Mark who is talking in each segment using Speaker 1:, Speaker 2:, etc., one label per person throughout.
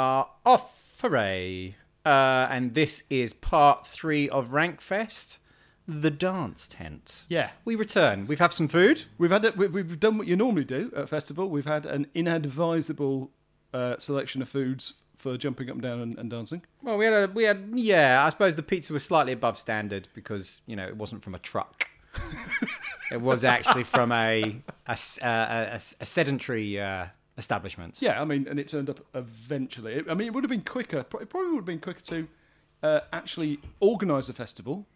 Speaker 1: are off hooray uh, and this is part three of rankfest the dance tent
Speaker 2: Yeah.
Speaker 1: we return we've had some food
Speaker 2: We've had a, we, we've done what you normally do at a festival. We've had an inadvisable uh, selection of foods for jumping up and down and, and dancing.
Speaker 1: well we had a we had yeah i suppose the pizza was slightly above standard because you know it wasn't from a truck it was actually from a a, s- uh, a- a s- a sedentary uh, establishment
Speaker 2: Yeah, I mean, and it turned up eventually. It- I mean, it would have been quicker. pro- It probably would have been quicker to uh, actually organise a festival,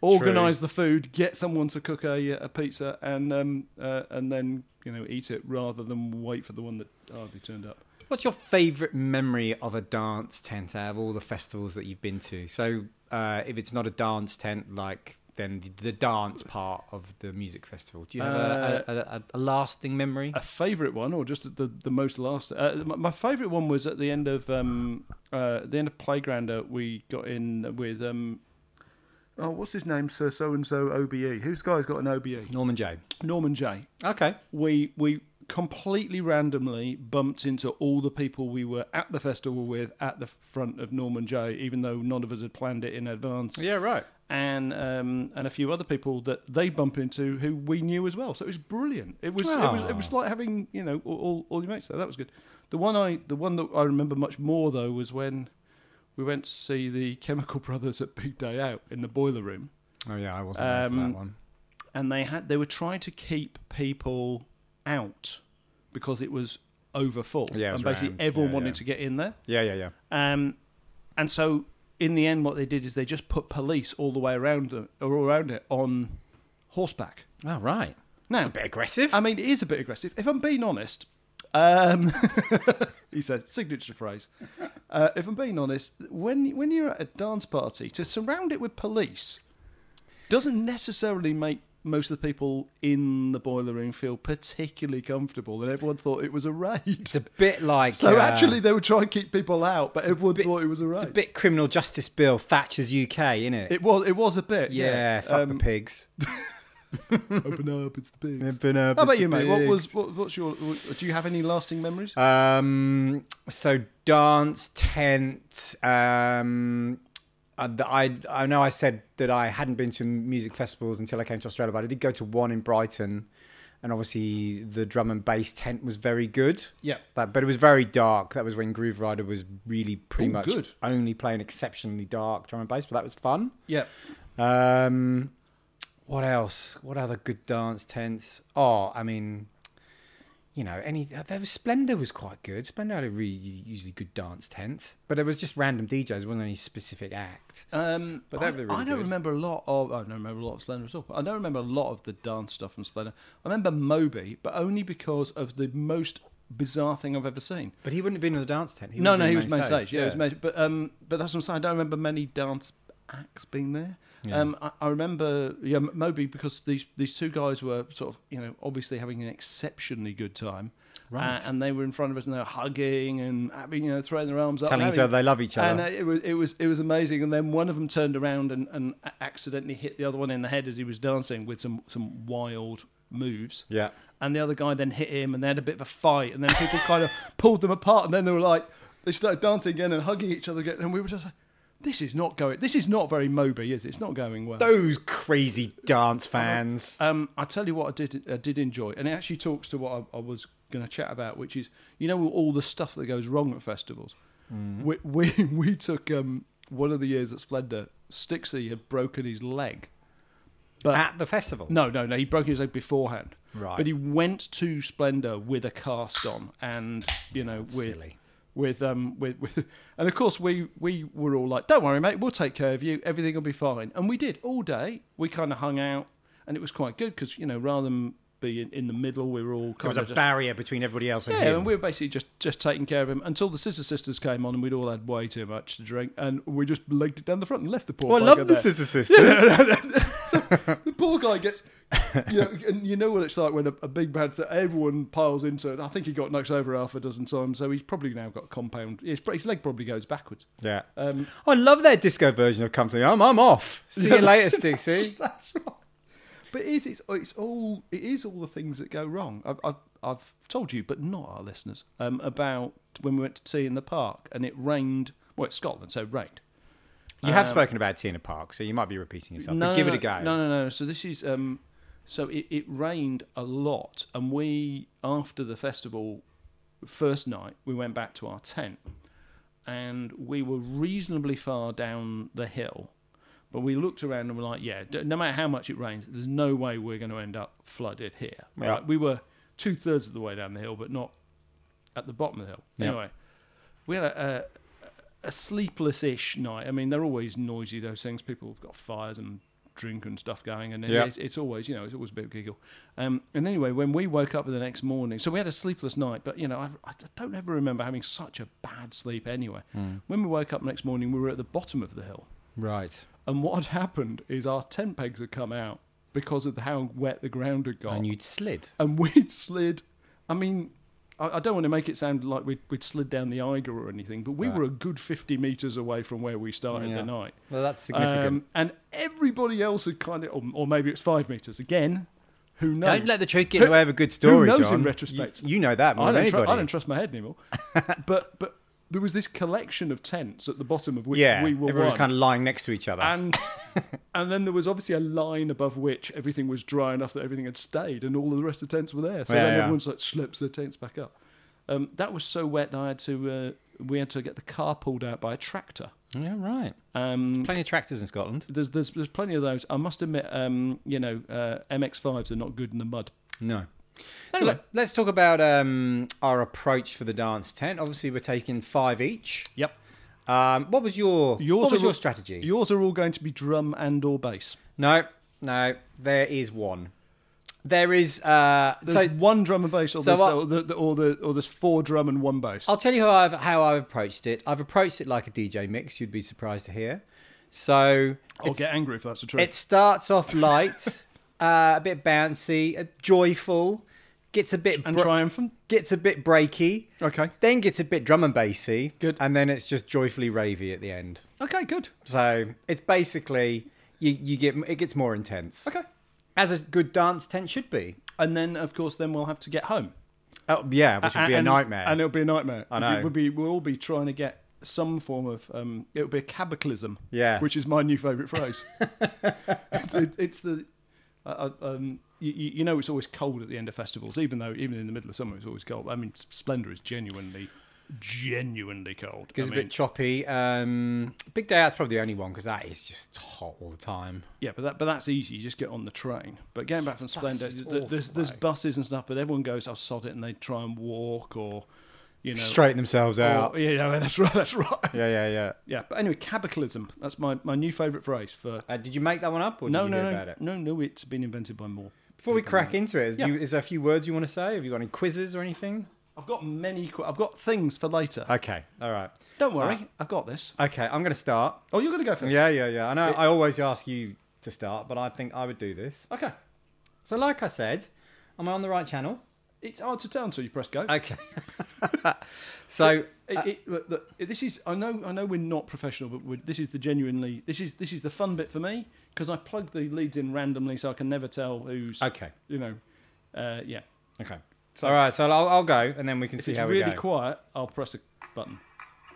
Speaker 2: organise the food, get someone to cook a, uh, a pizza, and um, uh, and then you know eat it rather than wait for the one that hardly turned up.
Speaker 1: What's your favourite memory of a dance tent out of all the festivals that you've been to? So, uh, if it's not a dance tent, like then the, the dance part of the music festival, do you have a, a, a, a lasting memory?
Speaker 2: a favourite one, or just the the most last. Uh, my, my favourite one was at the end of um uh the end of Playgrounder. We got in with um oh what's his name Sir So and So OBE. E. Who's guy's got an OBE?
Speaker 1: Norman Joe.
Speaker 2: Norman J.
Speaker 1: Okay.
Speaker 2: We we completely randomly bumped into all the people we were at the festival with at the front of Norman J. Even though none of us had planned it in advance,
Speaker 1: Yeah, right.
Speaker 2: and um, and a few other people that they bump into who we knew as well. So it was brilliant. It was it was it was
Speaker 1: Ah.
Speaker 2: like having you know all, all, all your mates there. That was good. The one I the one that I remember much more though was when we went to see the Chemical Brothers at Big Day Out in the boiler room,
Speaker 1: Oh, yeah, I wasn't there for that
Speaker 2: Um,
Speaker 1: one.
Speaker 2: and they had they were trying to keep people out because it was over full.
Speaker 1: Yeah, it was
Speaker 2: and basically
Speaker 1: rammed.
Speaker 2: everyone
Speaker 1: Yeah,
Speaker 2: wanted
Speaker 1: yeah.
Speaker 2: to get in there.
Speaker 1: Yeah, yeah, yeah.
Speaker 2: Um, and so in the end, what they did is they just put police all the way around them or all around it on horseback.
Speaker 1: Oh, right.
Speaker 2: Now,
Speaker 1: That's a bit aggressive.
Speaker 2: I mean, it is a bit aggressive. If I'm being honest, um, he said signature phrase. Uh, if I'm being honest, when when you're at a dance party, to surround it with police doesn't necessarily make most of the people in the boiler room feel particularly comfortable, and everyone thought it was a raid.
Speaker 1: it's a bit like.
Speaker 2: So
Speaker 1: uh,
Speaker 2: actually, they were trying to keep people out, but everyone
Speaker 1: bit-
Speaker 2: thought it was a
Speaker 1: It's a
Speaker 2: raid.
Speaker 1: bit criminal justice bill, Thatcher's UK, isn't it?
Speaker 2: It was. It was a bit.
Speaker 1: yeah, Um,
Speaker 2: Yeah. Um,
Speaker 1: fuck the pigs.
Speaker 2: open up. It's the pigs.
Speaker 1: Open up, it's
Speaker 2: How about you,
Speaker 1: the
Speaker 2: mate? What
Speaker 1: pigs. Uh,
Speaker 2: was? What, what's your? What, do you have any lasting memories?
Speaker 1: Um, so dance tent. Um, uh, the- I I know I said that I hadn't been to music festivals until I came to Australia, but I did go to one in Brighton, and obviously the drum and bass tent was very good.
Speaker 2: Yeah.
Speaker 1: That, but it was very dark. That was when Groove Rider was really pretty
Speaker 2: Oh,
Speaker 1: much
Speaker 2: good.
Speaker 1: only playing exceptionally dark drum and bass, but that was fun.
Speaker 2: yeah.
Speaker 1: Um, what else? What other good dance tents? Oh, I mean, you know, any uh, there was Splendor was quite good. Splendor had a really usually good dance tent, but there was just random DJs. wasn't any specific act.
Speaker 2: Um,
Speaker 1: But
Speaker 2: but
Speaker 1: they're
Speaker 2: I,
Speaker 1: really
Speaker 2: I don't
Speaker 1: good.
Speaker 2: remember a lot of. I don't remember a lot of Splendor at all. But I don't remember a lot of the dance stuff from Splendor. I remember Moby, but only because of the most bizarre thing I've ever seen.
Speaker 1: But he wouldn't have been in the dance tent.
Speaker 2: no,
Speaker 1: would
Speaker 2: no,
Speaker 1: have
Speaker 2: he
Speaker 1: been
Speaker 2: was main stage. Yeah, he was main, but um, but that's what I'm saying. I don't remember many dance acts being there.
Speaker 1: Yeah.
Speaker 2: Um, I, I remember yeah, M- Moby because these these two guys were sort of you know obviously having an exceptionally good time,
Speaker 1: Right.
Speaker 2: Uh, and they were in front of us and they were hugging and having, you know throwing their arms up, and
Speaker 1: telling each
Speaker 2: having-
Speaker 1: other they love each
Speaker 2: And
Speaker 1: other.
Speaker 2: uh, it was it was it was amazing. And then one of them turned around and, and a- accidentally hit the other one in the head as he was dancing with some some wild moves
Speaker 1: yeah.
Speaker 2: and the other guy then hit him and they had a bit of a fight and then people kind of pulled them apart and then they were like they started dancing again and hugging each other again and we were just like this is not going this is not very moby is it? it's not going well
Speaker 1: Those crazy dance
Speaker 2: uh,
Speaker 1: fans.
Speaker 2: um, I tell you what, I did I did enjoy, and it actually talks to what I, I was going to chat about, which is you know all the stuff that goes wrong at festivals. We, we we took um, one of the years at Splendor, Stixie had broken his leg. But
Speaker 1: At the festival.
Speaker 2: no, no, no. He broke his leg beforehand.
Speaker 1: Right.
Speaker 2: But he went to Splendor with a cast on, and you know, with
Speaker 1: silly.
Speaker 2: with um with with, and of course we we were all like, "Don't worry, mate. We'll take care of you. Everything will be fine." And we did all day. We kind of hung out, and it was quite good because you know, rather than be in, in the middle, we were all
Speaker 1: There
Speaker 2: kind
Speaker 1: was
Speaker 2: of
Speaker 1: a barrier between everybody else and
Speaker 2: yeah,
Speaker 1: him.
Speaker 2: and we were basically just, just taking care of him until the Scissor Sisters came on, and we'd all had way too much to drink, and we just legged it down the front and left the poor.
Speaker 1: well, I
Speaker 2: bugger
Speaker 1: love the
Speaker 2: there.
Speaker 1: Scissor Sisters.
Speaker 2: The poor guy gets, you know, and you know what it's like when a, a big bad set, everyone piles into it. I think he got knocked over half a dozen times, so he's probably now got compound. His, his leg probably goes backwards.
Speaker 1: Yeah. Oh,
Speaker 2: Um,
Speaker 1: I love their disco version of Company. I'm, I'm off. See you later, Stixie.
Speaker 2: That's right. But it is, it's, it's all, it is all the things that go wrong. I've, I've, I've told you, but not our listeners, um, about when we went to tea in the park and it rained. Well, it's Scotland, so it rained.
Speaker 1: You have spoken about Tina Park, so you might be repeating yourself. but give it a go.
Speaker 2: No, no, no. So this is um, so it, it rained a lot, and we after the festival first night we went back to our tent, and we were reasonably far down the hill, but we looked around and were like, yeah, d- no matter how much it rains, there's no way we're going to end up flooded here.
Speaker 1: Yeah.
Speaker 2: Like, we were two thirds of the way down the hill, but not at the bottom of the hill.
Speaker 1: Yeah.
Speaker 2: Anyway, we had a, a a sleepless-ish night. I mean, they're always noisy. Those things. People have got fires and drink and stuff going, and
Speaker 1: Yeah.
Speaker 2: it's, it's always, you know, it's always a bit of a giggle. Um, and anyway, when we woke up the next morning, so we had a sleepless night. But you know, I, I don't ever remember having such a bad sleep anyway.
Speaker 1: Hmm.
Speaker 2: When we woke up the next morning, we were at the bottom of the hill,
Speaker 1: Right.
Speaker 2: and what had happened is our tent pegs had come out because of how wet the ground had got
Speaker 1: And you'd slid.
Speaker 2: and we'd slid. I mean, I, I don't want to make it sound like we'd, we'd slid down the Eiger or anything, but we
Speaker 1: Right.
Speaker 2: were a good 50 metres away from where we started
Speaker 1: Yeah.
Speaker 2: the night.
Speaker 1: Well, that's significant.
Speaker 2: Um, and everybody else had kind of, or, or maybe it's five metres again. Who knows?
Speaker 1: Don't let the truth get
Speaker 2: Who-
Speaker 1: in the way of a good story,
Speaker 2: knows in
Speaker 1: John.
Speaker 2: retrospect?
Speaker 1: You, you know that more
Speaker 2: I
Speaker 1: than
Speaker 2: don't, tru-
Speaker 1: anybody.
Speaker 2: I don't trust my head anymore. but but there was this collection of tents at the bottom of which
Speaker 1: yeah,
Speaker 2: we were
Speaker 1: everyone was
Speaker 2: one.
Speaker 1: kind of lying next to each other.
Speaker 2: and and then there was obviously a line above which everything was dry enough that everything had stayed, and all of the rest of the tents were there. So
Speaker 1: Yeah,
Speaker 2: then
Speaker 1: yeah.
Speaker 2: everyone's like slips their tents back up. Um, that was so wet that I had to uh, we had to get the car pulled out by a tractor.
Speaker 1: yeah, right.
Speaker 2: Um,
Speaker 1: Plenty of tractors in Scotland.
Speaker 2: there's, there's there's plenty of those. I must admit, um, you know, uh, MX5s are not good in the mud.
Speaker 1: No.
Speaker 2: Anyway.
Speaker 1: So let, us talk about um, our approach for the dance tent. Obviously, we're taking five each.
Speaker 2: Yep.
Speaker 1: Um, what was your
Speaker 2: Yours
Speaker 1: what was
Speaker 2: are-
Speaker 1: your strategy?
Speaker 2: Yours are all going to be drum and or bass.
Speaker 1: no, no. There is one. There is. Uh,
Speaker 2: There's
Speaker 1: so
Speaker 2: one drum and bass, or,
Speaker 1: so
Speaker 2: there's,
Speaker 1: I-
Speaker 2: or, the, the- or the or there's four drum and one bass.
Speaker 1: I'll tell you how I've how I've approached it. I've approached it like a DJ mix. You'd be surprised to hear. So
Speaker 2: I'll get angry if that's the truth.
Speaker 1: It starts off light, uh, a bit bouncy, uh, joyful, gets a bit
Speaker 2: and
Speaker 1: bro-
Speaker 2: triumphant.
Speaker 1: gets a bit breaky,
Speaker 2: Okay.
Speaker 1: then gets a bit drum and bassy,
Speaker 2: Good.
Speaker 1: and then it's just joyfully ravey at the end.
Speaker 2: Okay. Good.
Speaker 1: So it's basically you, you get it gets more intense,
Speaker 2: Okay.
Speaker 1: as a good dance tent should be.
Speaker 2: And then, of course, then we'll have to get home.
Speaker 1: Oh yeah, which would be a
Speaker 2: and,
Speaker 1: nightmare.
Speaker 2: And it'll be a nightmare. I
Speaker 1: know.
Speaker 2: It would be, we'll all be trying to get some form of, um, it'll be a cabaclism.
Speaker 1: Yeah.
Speaker 2: Which is my new favourite phrase. it's, it, it's the, uh, uh, um, you, you you know, it's always cold at the end of festivals, even though, even in the middle of summer, it's always cold. I mean, S- Splendour is genuinely, genuinely cold.
Speaker 1: Gets
Speaker 2: I
Speaker 1: a
Speaker 2: mean,
Speaker 1: bit choppy. Um, Big Day Out's probably the only one because that is just hot all the time.
Speaker 2: Yeah, but that but that's easy. You just get on the train. But getting back from Splendor,
Speaker 1: just
Speaker 2: th-
Speaker 1: awful,
Speaker 2: there's there's
Speaker 1: though.
Speaker 2: buses and stuff, but everyone goes, "I'll sod it," and they try and walk or, you know,
Speaker 1: Straighten themselves out.
Speaker 2: Or, yeah, yeah, that's right. That's right.
Speaker 1: Yeah, yeah, yeah.
Speaker 2: Yeah, but anyway, cabaclism. That's my, my new favourite phrase for.
Speaker 1: Uh, did you make that one up, or did
Speaker 2: No,
Speaker 1: you
Speaker 2: no,
Speaker 1: hear
Speaker 2: no,
Speaker 1: about it?
Speaker 2: no, no. It's been invented by Moore.
Speaker 1: Before we crack into it, is,
Speaker 2: Yeah.
Speaker 1: you, is there a few words you want to say? Have you got any quizzes or anything?
Speaker 2: I've got many. qu- I've got things for later.
Speaker 1: Okay, all right.
Speaker 2: Don't worry,
Speaker 1: Right.
Speaker 2: I've got this.
Speaker 1: Okay, I'm going to start.
Speaker 2: Oh, you're gonna go first.
Speaker 1: Ah. Yeah, yeah, yeah. I know I always ask you to start, but I think I would do this.
Speaker 2: Okay.
Speaker 1: So, like I said, am I on the right channel?
Speaker 2: It's hard to tell until you press go.
Speaker 1: Okay. so,
Speaker 2: It- it- look, look, this is. I know. I know we're not professional, but we're, this is the genuinely. This is this is the fun bit for me because I plug the leads in randomly, so I can never tell who's.
Speaker 1: okay,
Speaker 2: You know. Uh, yeah.
Speaker 1: okay.
Speaker 2: So-
Speaker 1: all right, so I'll, I'll go, and then we can
Speaker 2: If
Speaker 1: see
Speaker 2: it's
Speaker 1: how
Speaker 2: really
Speaker 1: we go.
Speaker 2: quiet, I'll press a button.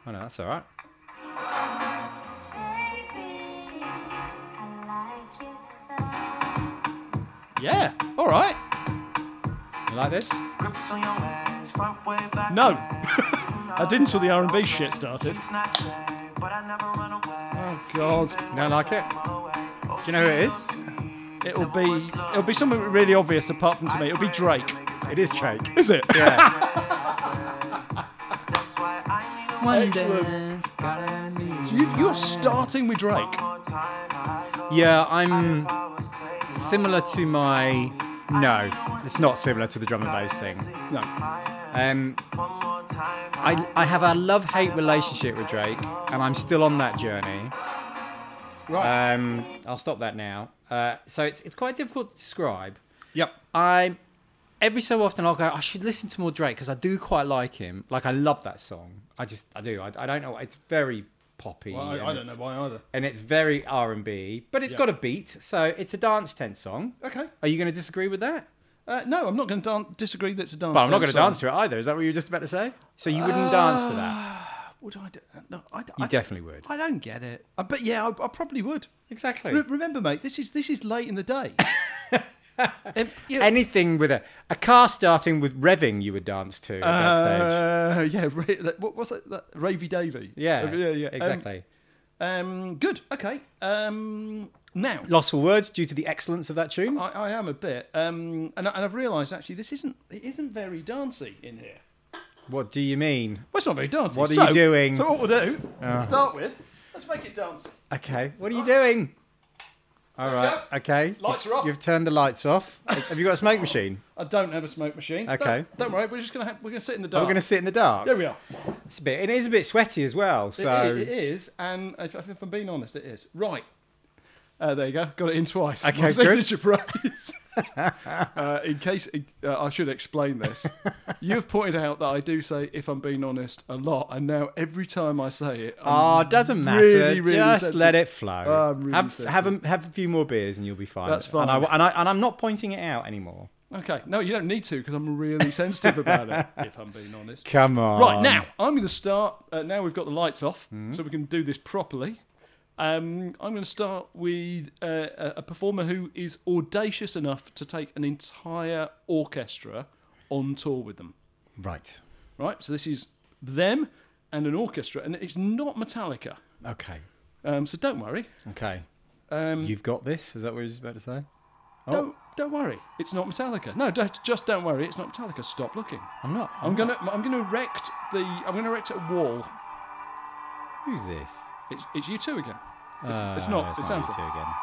Speaker 1: I know that's all right.
Speaker 2: Yeah. All right.
Speaker 1: You like this?
Speaker 2: No.
Speaker 3: No,
Speaker 2: I
Speaker 3: I
Speaker 2: didn't till the R&B shit started.
Speaker 3: Oh
Speaker 2: God.
Speaker 1: You don't like it? Do you know who it is?
Speaker 2: It'll be it'll be something really obvious apart from to me. It'll be Drake.
Speaker 1: It is Drake.
Speaker 2: Is it?
Speaker 1: Yeah.
Speaker 2: Excellent. So you, you're starting with Drake.
Speaker 1: yeah, I'm similar to my. No, it's not similar to the drum and bass thing.
Speaker 2: No.
Speaker 1: Um, I, I have a love hate relationship with Drake, and I'm still on that journey.
Speaker 2: Right.
Speaker 1: Um, I'll stop that now. Uh, so it's, it's quite difficult to describe.
Speaker 2: yep.
Speaker 1: I every so often I'll go, I should listen to more Drake because I do quite like him. Like I love that song. I just I do. I, I don't know. It's very poppy.
Speaker 2: Well, I,
Speaker 1: and
Speaker 2: I don't
Speaker 1: it's-
Speaker 2: know why either.
Speaker 1: And it's very R and B, but it's
Speaker 2: Yeah.
Speaker 1: got a beat, so it's a dance tent song.
Speaker 2: Okay.
Speaker 1: Are you going to disagree with that?
Speaker 2: Uh, no, I'm not going to dan- disagree that it's a dance.
Speaker 1: But I'm not
Speaker 2: going to
Speaker 1: dance Uh, to it either. Is that what you were just about to say? So you wouldn't dance to that?
Speaker 2: Would I? Do- no, I,
Speaker 1: You
Speaker 2: I,
Speaker 1: definitely would.
Speaker 2: I don't get it. I, but yeah, I, I probably would.
Speaker 1: Exactly.
Speaker 2: Re- remember, mate, this is this is late in the day. Um, If- you know-
Speaker 1: Anything with a a car starting with revving, you would dance to at that stage.
Speaker 2: Uh, yeah, Ra- that- what was it? That, Ravy Davy.
Speaker 1: Yeah,
Speaker 2: yeah, yeah. Um,
Speaker 1: exactly.
Speaker 2: Um, good. Okay. Um, now,
Speaker 1: Lost for words due to the excellence of that tune.
Speaker 2: I, I am a bit, um, and, I, and I've realised actually this isn't it isn't very dancey in here.
Speaker 1: What do you mean?
Speaker 2: Well, it's not very dancey.
Speaker 1: What are
Speaker 2: So-
Speaker 1: you doing? Ah.
Speaker 2: So what we'll do? to Start with. Let's make it dancey.
Speaker 1: Okay. What are you doing? All
Speaker 2: we
Speaker 1: right.
Speaker 2: go.
Speaker 1: Okay.
Speaker 2: Lights are off.
Speaker 1: You've turned the lights off. Have you got a smoke machine?
Speaker 2: I don't have a smoke machine.
Speaker 1: Okay.
Speaker 2: Don't, don't worry. We're just gonna have, we're gonna sit in the
Speaker 1: We're
Speaker 2: dark.
Speaker 1: going to sit in the dark.
Speaker 2: There we are.
Speaker 1: It's a bit. It is a bit sweaty as well.
Speaker 2: It-
Speaker 1: So.
Speaker 2: it- it is, and if, if I'm being honest, it is. Right. Uh, there you go. Got it in twice.
Speaker 1: Okay,
Speaker 2: My
Speaker 1: good.
Speaker 2: signature prize. uh, in case uh, I should explain this, you've pointed out that I do say "if I'm being honest" a lot, and now every time I say it, I'm-
Speaker 1: Oh, it doesn't matter.
Speaker 2: really, really
Speaker 1: Just
Speaker 2: sensitive.
Speaker 1: let it flow.
Speaker 2: Oh, I'm really
Speaker 1: have,
Speaker 2: sensitive.
Speaker 1: have, a, have a few more beers and you'll be fine.
Speaker 2: That's
Speaker 1: And, I,
Speaker 2: fine.
Speaker 1: and, I, and I'm not pointing it out anymore.
Speaker 2: okay. No, you don't need to because I'm really sensitive about it. If I'm being honest.
Speaker 1: Come on.
Speaker 2: Right now, I'm going to start. Uh, now we've got the lights off, so we can do this properly. Um, I'm going to start with uh, a- a performer who is audacious enough to take an entire orchestra on tour with them.
Speaker 1: Right.
Speaker 2: Right, so this is them and an orchestra, and it's not Metallica.
Speaker 1: Okay.
Speaker 2: Um, so don't worry.
Speaker 1: Okay.
Speaker 2: Um,
Speaker 1: You've got this. Is that what you was about to say? Oh.
Speaker 2: Don't don't worry. It's not Metallica. No, don't, just don't worry. It's not Metallica. Stop looking.
Speaker 1: I'm not.
Speaker 2: I'm gonna I'm gonna erect the I'm gonna erect a wall.
Speaker 1: Who's this?
Speaker 2: It's it's you two again. It's, it's
Speaker 1: Ah,
Speaker 2: not.
Speaker 1: It's
Speaker 2: it's
Speaker 1: not
Speaker 2: Samson.
Speaker 1: you two again.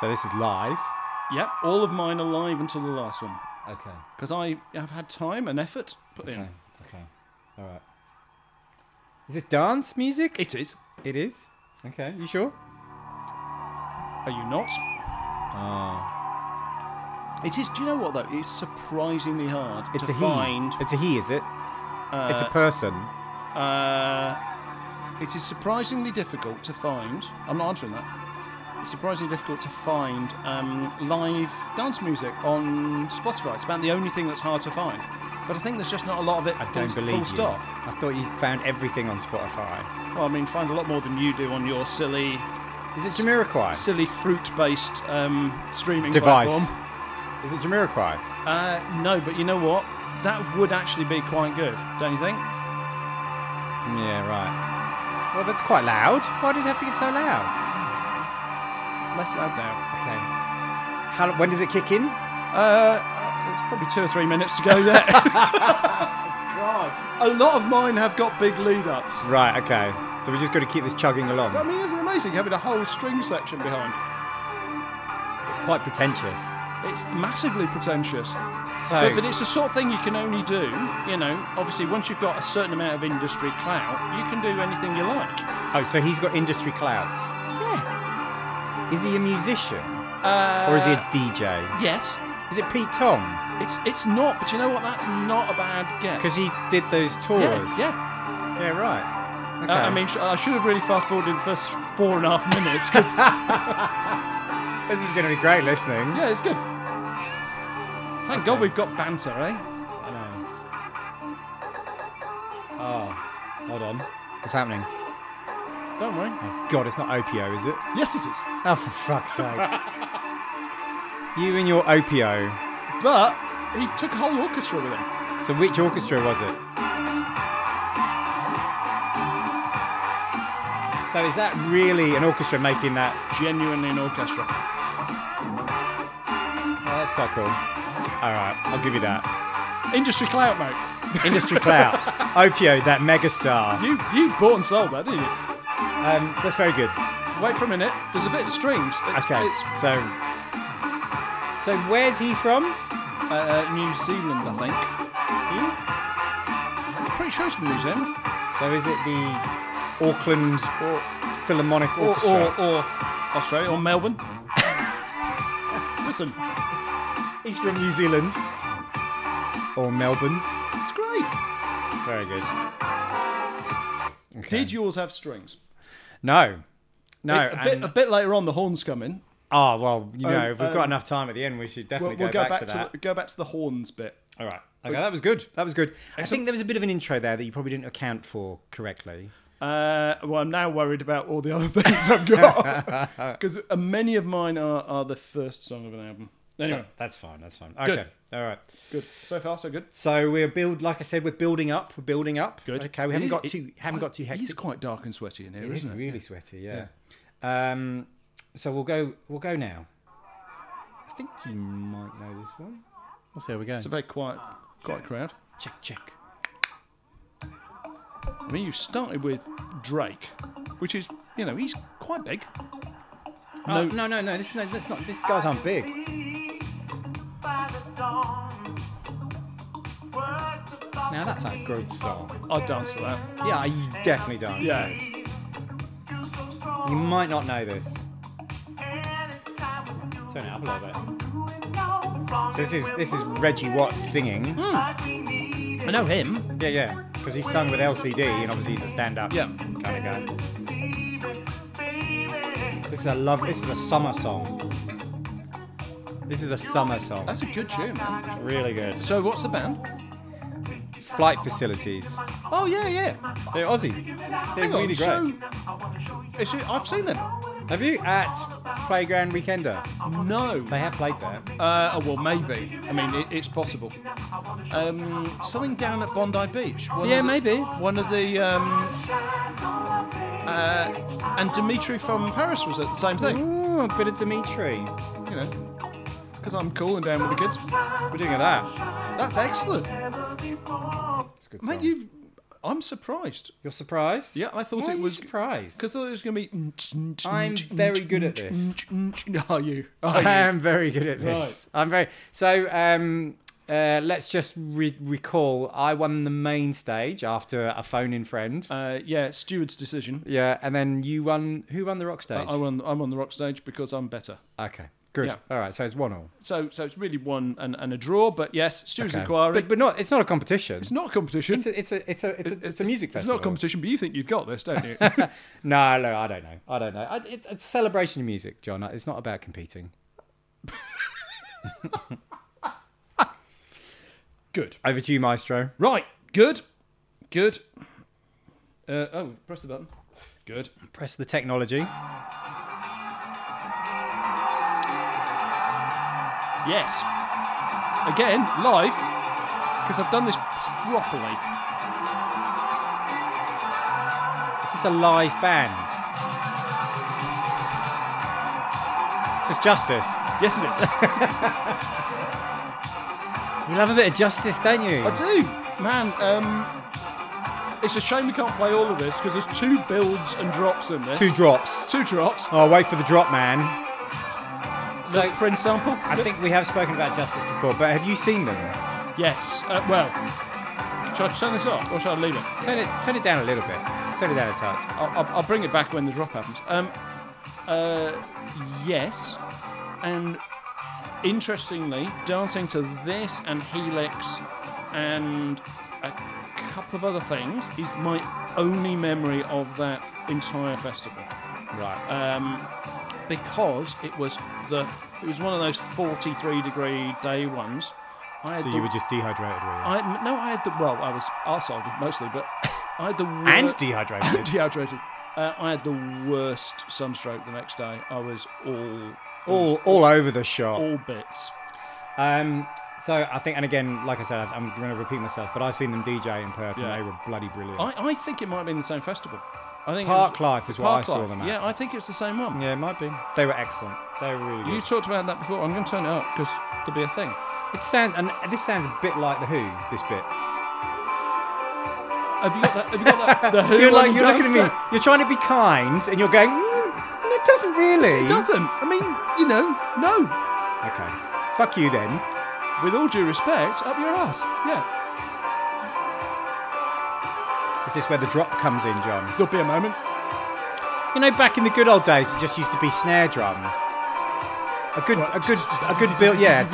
Speaker 1: So this is live.
Speaker 2: Yep, all of mine are live until the last one.
Speaker 1: Okay.
Speaker 2: Because I have had time and effort put
Speaker 1: Okay.
Speaker 2: in.
Speaker 1: Okay. All right. Is this dance music?
Speaker 2: It is.
Speaker 1: it is. Okay. You sure?
Speaker 2: Are you not? Ah.
Speaker 1: Oh.
Speaker 2: It is. Do you know what, though? It's surprisingly hard
Speaker 1: It's
Speaker 2: to
Speaker 1: a he.
Speaker 2: find.
Speaker 1: It's a he, is it?
Speaker 2: Uh,
Speaker 1: it's a person.
Speaker 2: uh, it is surprisingly difficult to find. I'm not answering that. It's surprisingly difficult to find um, live dance music on Spotify. It's about the only thing that's hard to find. But I think there's just not a lot of it.
Speaker 1: I
Speaker 2: full,
Speaker 1: don't believe
Speaker 2: full
Speaker 1: you.
Speaker 2: stop.
Speaker 1: I thought you found everything on Spotify.
Speaker 2: Well, I mean, find a lot more than you do on your silly
Speaker 1: Is it Jamiroquai?
Speaker 2: silly fruit-based um, streaming
Speaker 1: Device.
Speaker 2: platform.
Speaker 1: Is it Jamiroquai?
Speaker 2: Uh, no, but you know what? That would actually be quite good, don't you think?
Speaker 1: Yeah, right. Well, that's quite loud. Why did it have to get so loud?
Speaker 2: It's less loud now.
Speaker 1: Okay. How, when does it kick in?
Speaker 2: Uh, there's probably two or three minutes to go there.
Speaker 1: God.
Speaker 2: a lot of mine have got big lead-ups.
Speaker 1: Right, okay. So we just got to keep this chugging along.
Speaker 2: But I mean, isn't it amazing having a whole string section behind?
Speaker 1: It's quite pretentious.
Speaker 2: It's massively pretentious.
Speaker 1: So,
Speaker 2: But, but it's the sort of thing you can only do, you know, obviously once you've got a certain amount of industry clout, you can do anything you like.
Speaker 1: oh, so he's got industry clout.
Speaker 2: Yeah.
Speaker 1: Is he a musician
Speaker 2: Uh,
Speaker 1: or is he a DJ?
Speaker 2: Yes.
Speaker 1: Is it Pete Tong?
Speaker 2: It's it's not, but you know what? That's not a bad guess.
Speaker 1: Because he did those tours.
Speaker 2: Yeah, yeah.
Speaker 1: Yeah, right. Okay.
Speaker 2: Uh, I mean, sh- I should have really fast forwarded the first four and a half minutes because yeah,
Speaker 1: this is going to be great listening.
Speaker 2: it's good. Thank God we've got banter, eh?
Speaker 1: I know. Oh, hold on. What's happening?
Speaker 2: Don't worry.
Speaker 1: Oh, God, it's not Opio, is it?
Speaker 2: Yes, it is.
Speaker 1: Oh, for fuck's sake. you and your Opio.
Speaker 2: But he took a whole orchestra with him.
Speaker 1: So, which orchestra was it? So, is that really an orchestra making that?
Speaker 2: Genuinely an orchestra.
Speaker 1: Oh, that's quite cool. All right, I'll give you that.
Speaker 2: Industry clout, mate.
Speaker 1: Industry clout. Opio, that megastar.
Speaker 2: You you bought and sold that, didn't you?
Speaker 1: Um, that's very good.
Speaker 2: Wait for a minute. There's a bit of strings. It's,
Speaker 1: Okay,
Speaker 2: It's
Speaker 1: so. So, where's he from?
Speaker 2: uh, New Zealand, I think.
Speaker 1: You?
Speaker 2: Pretty sure it's from New Zealand.
Speaker 1: So, is it the Auckland Philharmonic
Speaker 2: or,
Speaker 1: Orchestra?
Speaker 2: or, or Australia or Melbourne. Listen,
Speaker 1: He's from New Zealand. Or Melbourne.
Speaker 2: it's great.
Speaker 1: Very good. Okay.
Speaker 2: Did yours have strings?
Speaker 1: No. No.
Speaker 2: a, bit,
Speaker 1: and-
Speaker 2: a bit later on, the horns come in.
Speaker 1: Ah, well, you know,
Speaker 2: Um,
Speaker 1: if we've got enough time at the end, we should
Speaker 2: We'll,
Speaker 1: definitely
Speaker 2: we'll
Speaker 1: go,
Speaker 2: go
Speaker 1: back, to that.
Speaker 2: the, go back to the horns bit.
Speaker 1: All right. Okay, that was good. That was good. I think there was a bit of an intro there that you probably didn't account for correctly.
Speaker 2: Uh, well, I'm now worried about all the other things I've got because uh, many of mine are, are the first song of an album. Anyway,
Speaker 1: That's fine. That's fine.
Speaker 2: Good.
Speaker 1: Okay. All right.
Speaker 2: good. So far, so good.
Speaker 1: So we're build, like I said, we're building up. We're building up.
Speaker 2: Good.
Speaker 1: Okay. We
Speaker 2: It
Speaker 1: haven't
Speaker 2: is-
Speaker 1: got
Speaker 2: it-
Speaker 1: too haven't got too
Speaker 2: It
Speaker 1: hectic.
Speaker 2: is quite dark and sweaty in here,
Speaker 1: It is
Speaker 2: isn't it?
Speaker 1: really sweaty. Yeah. Um, so we'll go. We'll go now. I think you might know this one. Let's see how we go.
Speaker 2: It's a very quiet, quiet crowd.
Speaker 1: check, check.
Speaker 2: I mean, you started with Drake, which is, you know, he's quite big.
Speaker 1: No, Oh, no, no, no. This, no, this not. This guy's aren't big.
Speaker 3: Now
Speaker 1: that's a good song.
Speaker 2: I'd dance to that.
Speaker 1: Yeah, you definitely don't.
Speaker 2: Yeah.
Speaker 1: You might not know this.
Speaker 3: Turn
Speaker 1: it up a little
Speaker 3: bit.
Speaker 1: This is this is Reggie Watts singing.
Speaker 2: I know him.
Speaker 1: Yeah, yeah. Because he sung with LCD, and obviously he's a stand-up
Speaker 2: Yeah.
Speaker 1: kind of guy. This is a love. This is a summer song. This is a summer song.
Speaker 2: That's a good tune, man.
Speaker 1: Really good.
Speaker 2: So, what's the band?
Speaker 1: Flight facilities.
Speaker 2: Oh, yeah, yeah.
Speaker 1: They're Aussie. They're
Speaker 2: Hang on.
Speaker 1: really great.
Speaker 2: so, is it- I've seen them.
Speaker 1: Have you at Playground Weekender?
Speaker 2: No.
Speaker 1: They have played there.
Speaker 2: Uh, oh, well, maybe. I mean, it, it's possible. Um, something down at Bondi Beach. One
Speaker 1: Yeah,
Speaker 2: of the-
Speaker 1: maybe.
Speaker 2: One of the. Um, uh, and Dimitri from Paris was at the same thing,
Speaker 1: Ooh, a bit of Dimitri.
Speaker 2: you know. Because I'm cool and down with the kids.
Speaker 1: We're doing it that.
Speaker 2: That's excellent.
Speaker 1: It's a good.
Speaker 2: Mate,
Speaker 1: song.
Speaker 2: you. I'm surprised.
Speaker 1: You're surprised?
Speaker 2: Yeah, I thought
Speaker 1: Why are
Speaker 2: it
Speaker 1: you
Speaker 2: was-
Speaker 1: surprised.
Speaker 2: Because I thought it was going to be.
Speaker 1: I'm very good at this.
Speaker 2: Are you? Are
Speaker 1: I
Speaker 2: you?
Speaker 1: am very good at this. I'm very so. Um, uh, let's just re- recall. I won the main stage after a phone-in friend.
Speaker 2: Uh, yeah, steward's decision.
Speaker 1: yeah, and then you won. Who won the rock
Speaker 2: I-
Speaker 1: stage?
Speaker 2: I'm on, I'm on the rock stage because I'm better.
Speaker 1: okay, good.
Speaker 2: Yeah.
Speaker 1: All right, so it's one all.
Speaker 2: So so it's really one and, and a draw, but yes, Stuart's
Speaker 1: Okay.
Speaker 2: inquiry.
Speaker 1: but, but not. It's not a competition.
Speaker 2: it's not a competition.
Speaker 1: It's a it's a it's a it's, a, it's a music festival.
Speaker 2: It's not a competition, but you think you've got this, don't you?
Speaker 1: No, no, I don't know. I don't know. I, it, it's a celebration of music, John. It's not about competing.
Speaker 2: good.
Speaker 1: Over to you, Maestro.
Speaker 2: Right. Good. Good. Uh, oh, press the button. Good.
Speaker 1: Press the technology.
Speaker 2: Yes. Again, live, because I've done this properly.
Speaker 1: Is this a live band? This is Justice.
Speaker 2: Yes, it is.
Speaker 1: You love a bit of Justice, don't you?
Speaker 2: I do, man. Um, it's a shame we can't play all of this because there's two builds and drops in this.
Speaker 1: Two drops.
Speaker 2: Two drops.
Speaker 1: Oh, wait for the drop, man. So,
Speaker 2: For example,
Speaker 1: I think we have spoken about Justice before, but have you seen them?
Speaker 2: yes. Uh, well, should I turn this off or should I leave it?
Speaker 1: Turn it, turn it down a little bit. Just turn it down a touch.
Speaker 2: I'll, I'll, I'll bring it back when the drop happens. Um, uh, yes, and interestingly, dancing to this and Helix and a couple of other things is my only memory of that entire festival
Speaker 1: Right.
Speaker 2: um, because it was the it was one of those 43 degree day ones. I had
Speaker 1: so
Speaker 2: the,
Speaker 1: you were just dehydrated, were you?
Speaker 2: I, no, I had the well, I was arsehole mostly, but I had the
Speaker 1: And
Speaker 2: wor- and
Speaker 1: dehydrated.
Speaker 2: dehydrated. Uh, I had the worst sunstroke the next day. I was all
Speaker 1: all, all over the shop.
Speaker 2: all bits.
Speaker 1: Um, so I think, and again, like I said, I- I'm going to repeat myself, but I've seen them DJ in Perth,
Speaker 2: Yeah.
Speaker 1: and they were bloody brilliant.
Speaker 2: I, I think it might have been the same festival. I think
Speaker 1: Park
Speaker 2: it was,
Speaker 1: Life is what I saw
Speaker 2: Parklife.
Speaker 1: them at.
Speaker 2: Yeah, I think it's the same one.
Speaker 1: yeah, it might be. They were excellent. They were really good.
Speaker 2: You talked about that before. I'm going to turn it up because there'll be a thing.
Speaker 1: It sound and this sounds a bit like the Who. This bit.
Speaker 2: Have you got that? Have you got that? The Who
Speaker 1: You're like
Speaker 2: one
Speaker 1: you're looking at me.
Speaker 2: downstairs?
Speaker 1: You're trying to be kind, and you're going. Mm, and it doesn't really.
Speaker 2: It doesn't. I mean, you know, no.
Speaker 1: Okay. Fuck you then.
Speaker 2: With all due respect, up your ass. Yeah.
Speaker 1: Is this where the drop comes in, John?
Speaker 2: There'll be a moment.
Speaker 1: You know, back in the good old days, it just used to be snare drum. A good, a good, a good build. Yeah.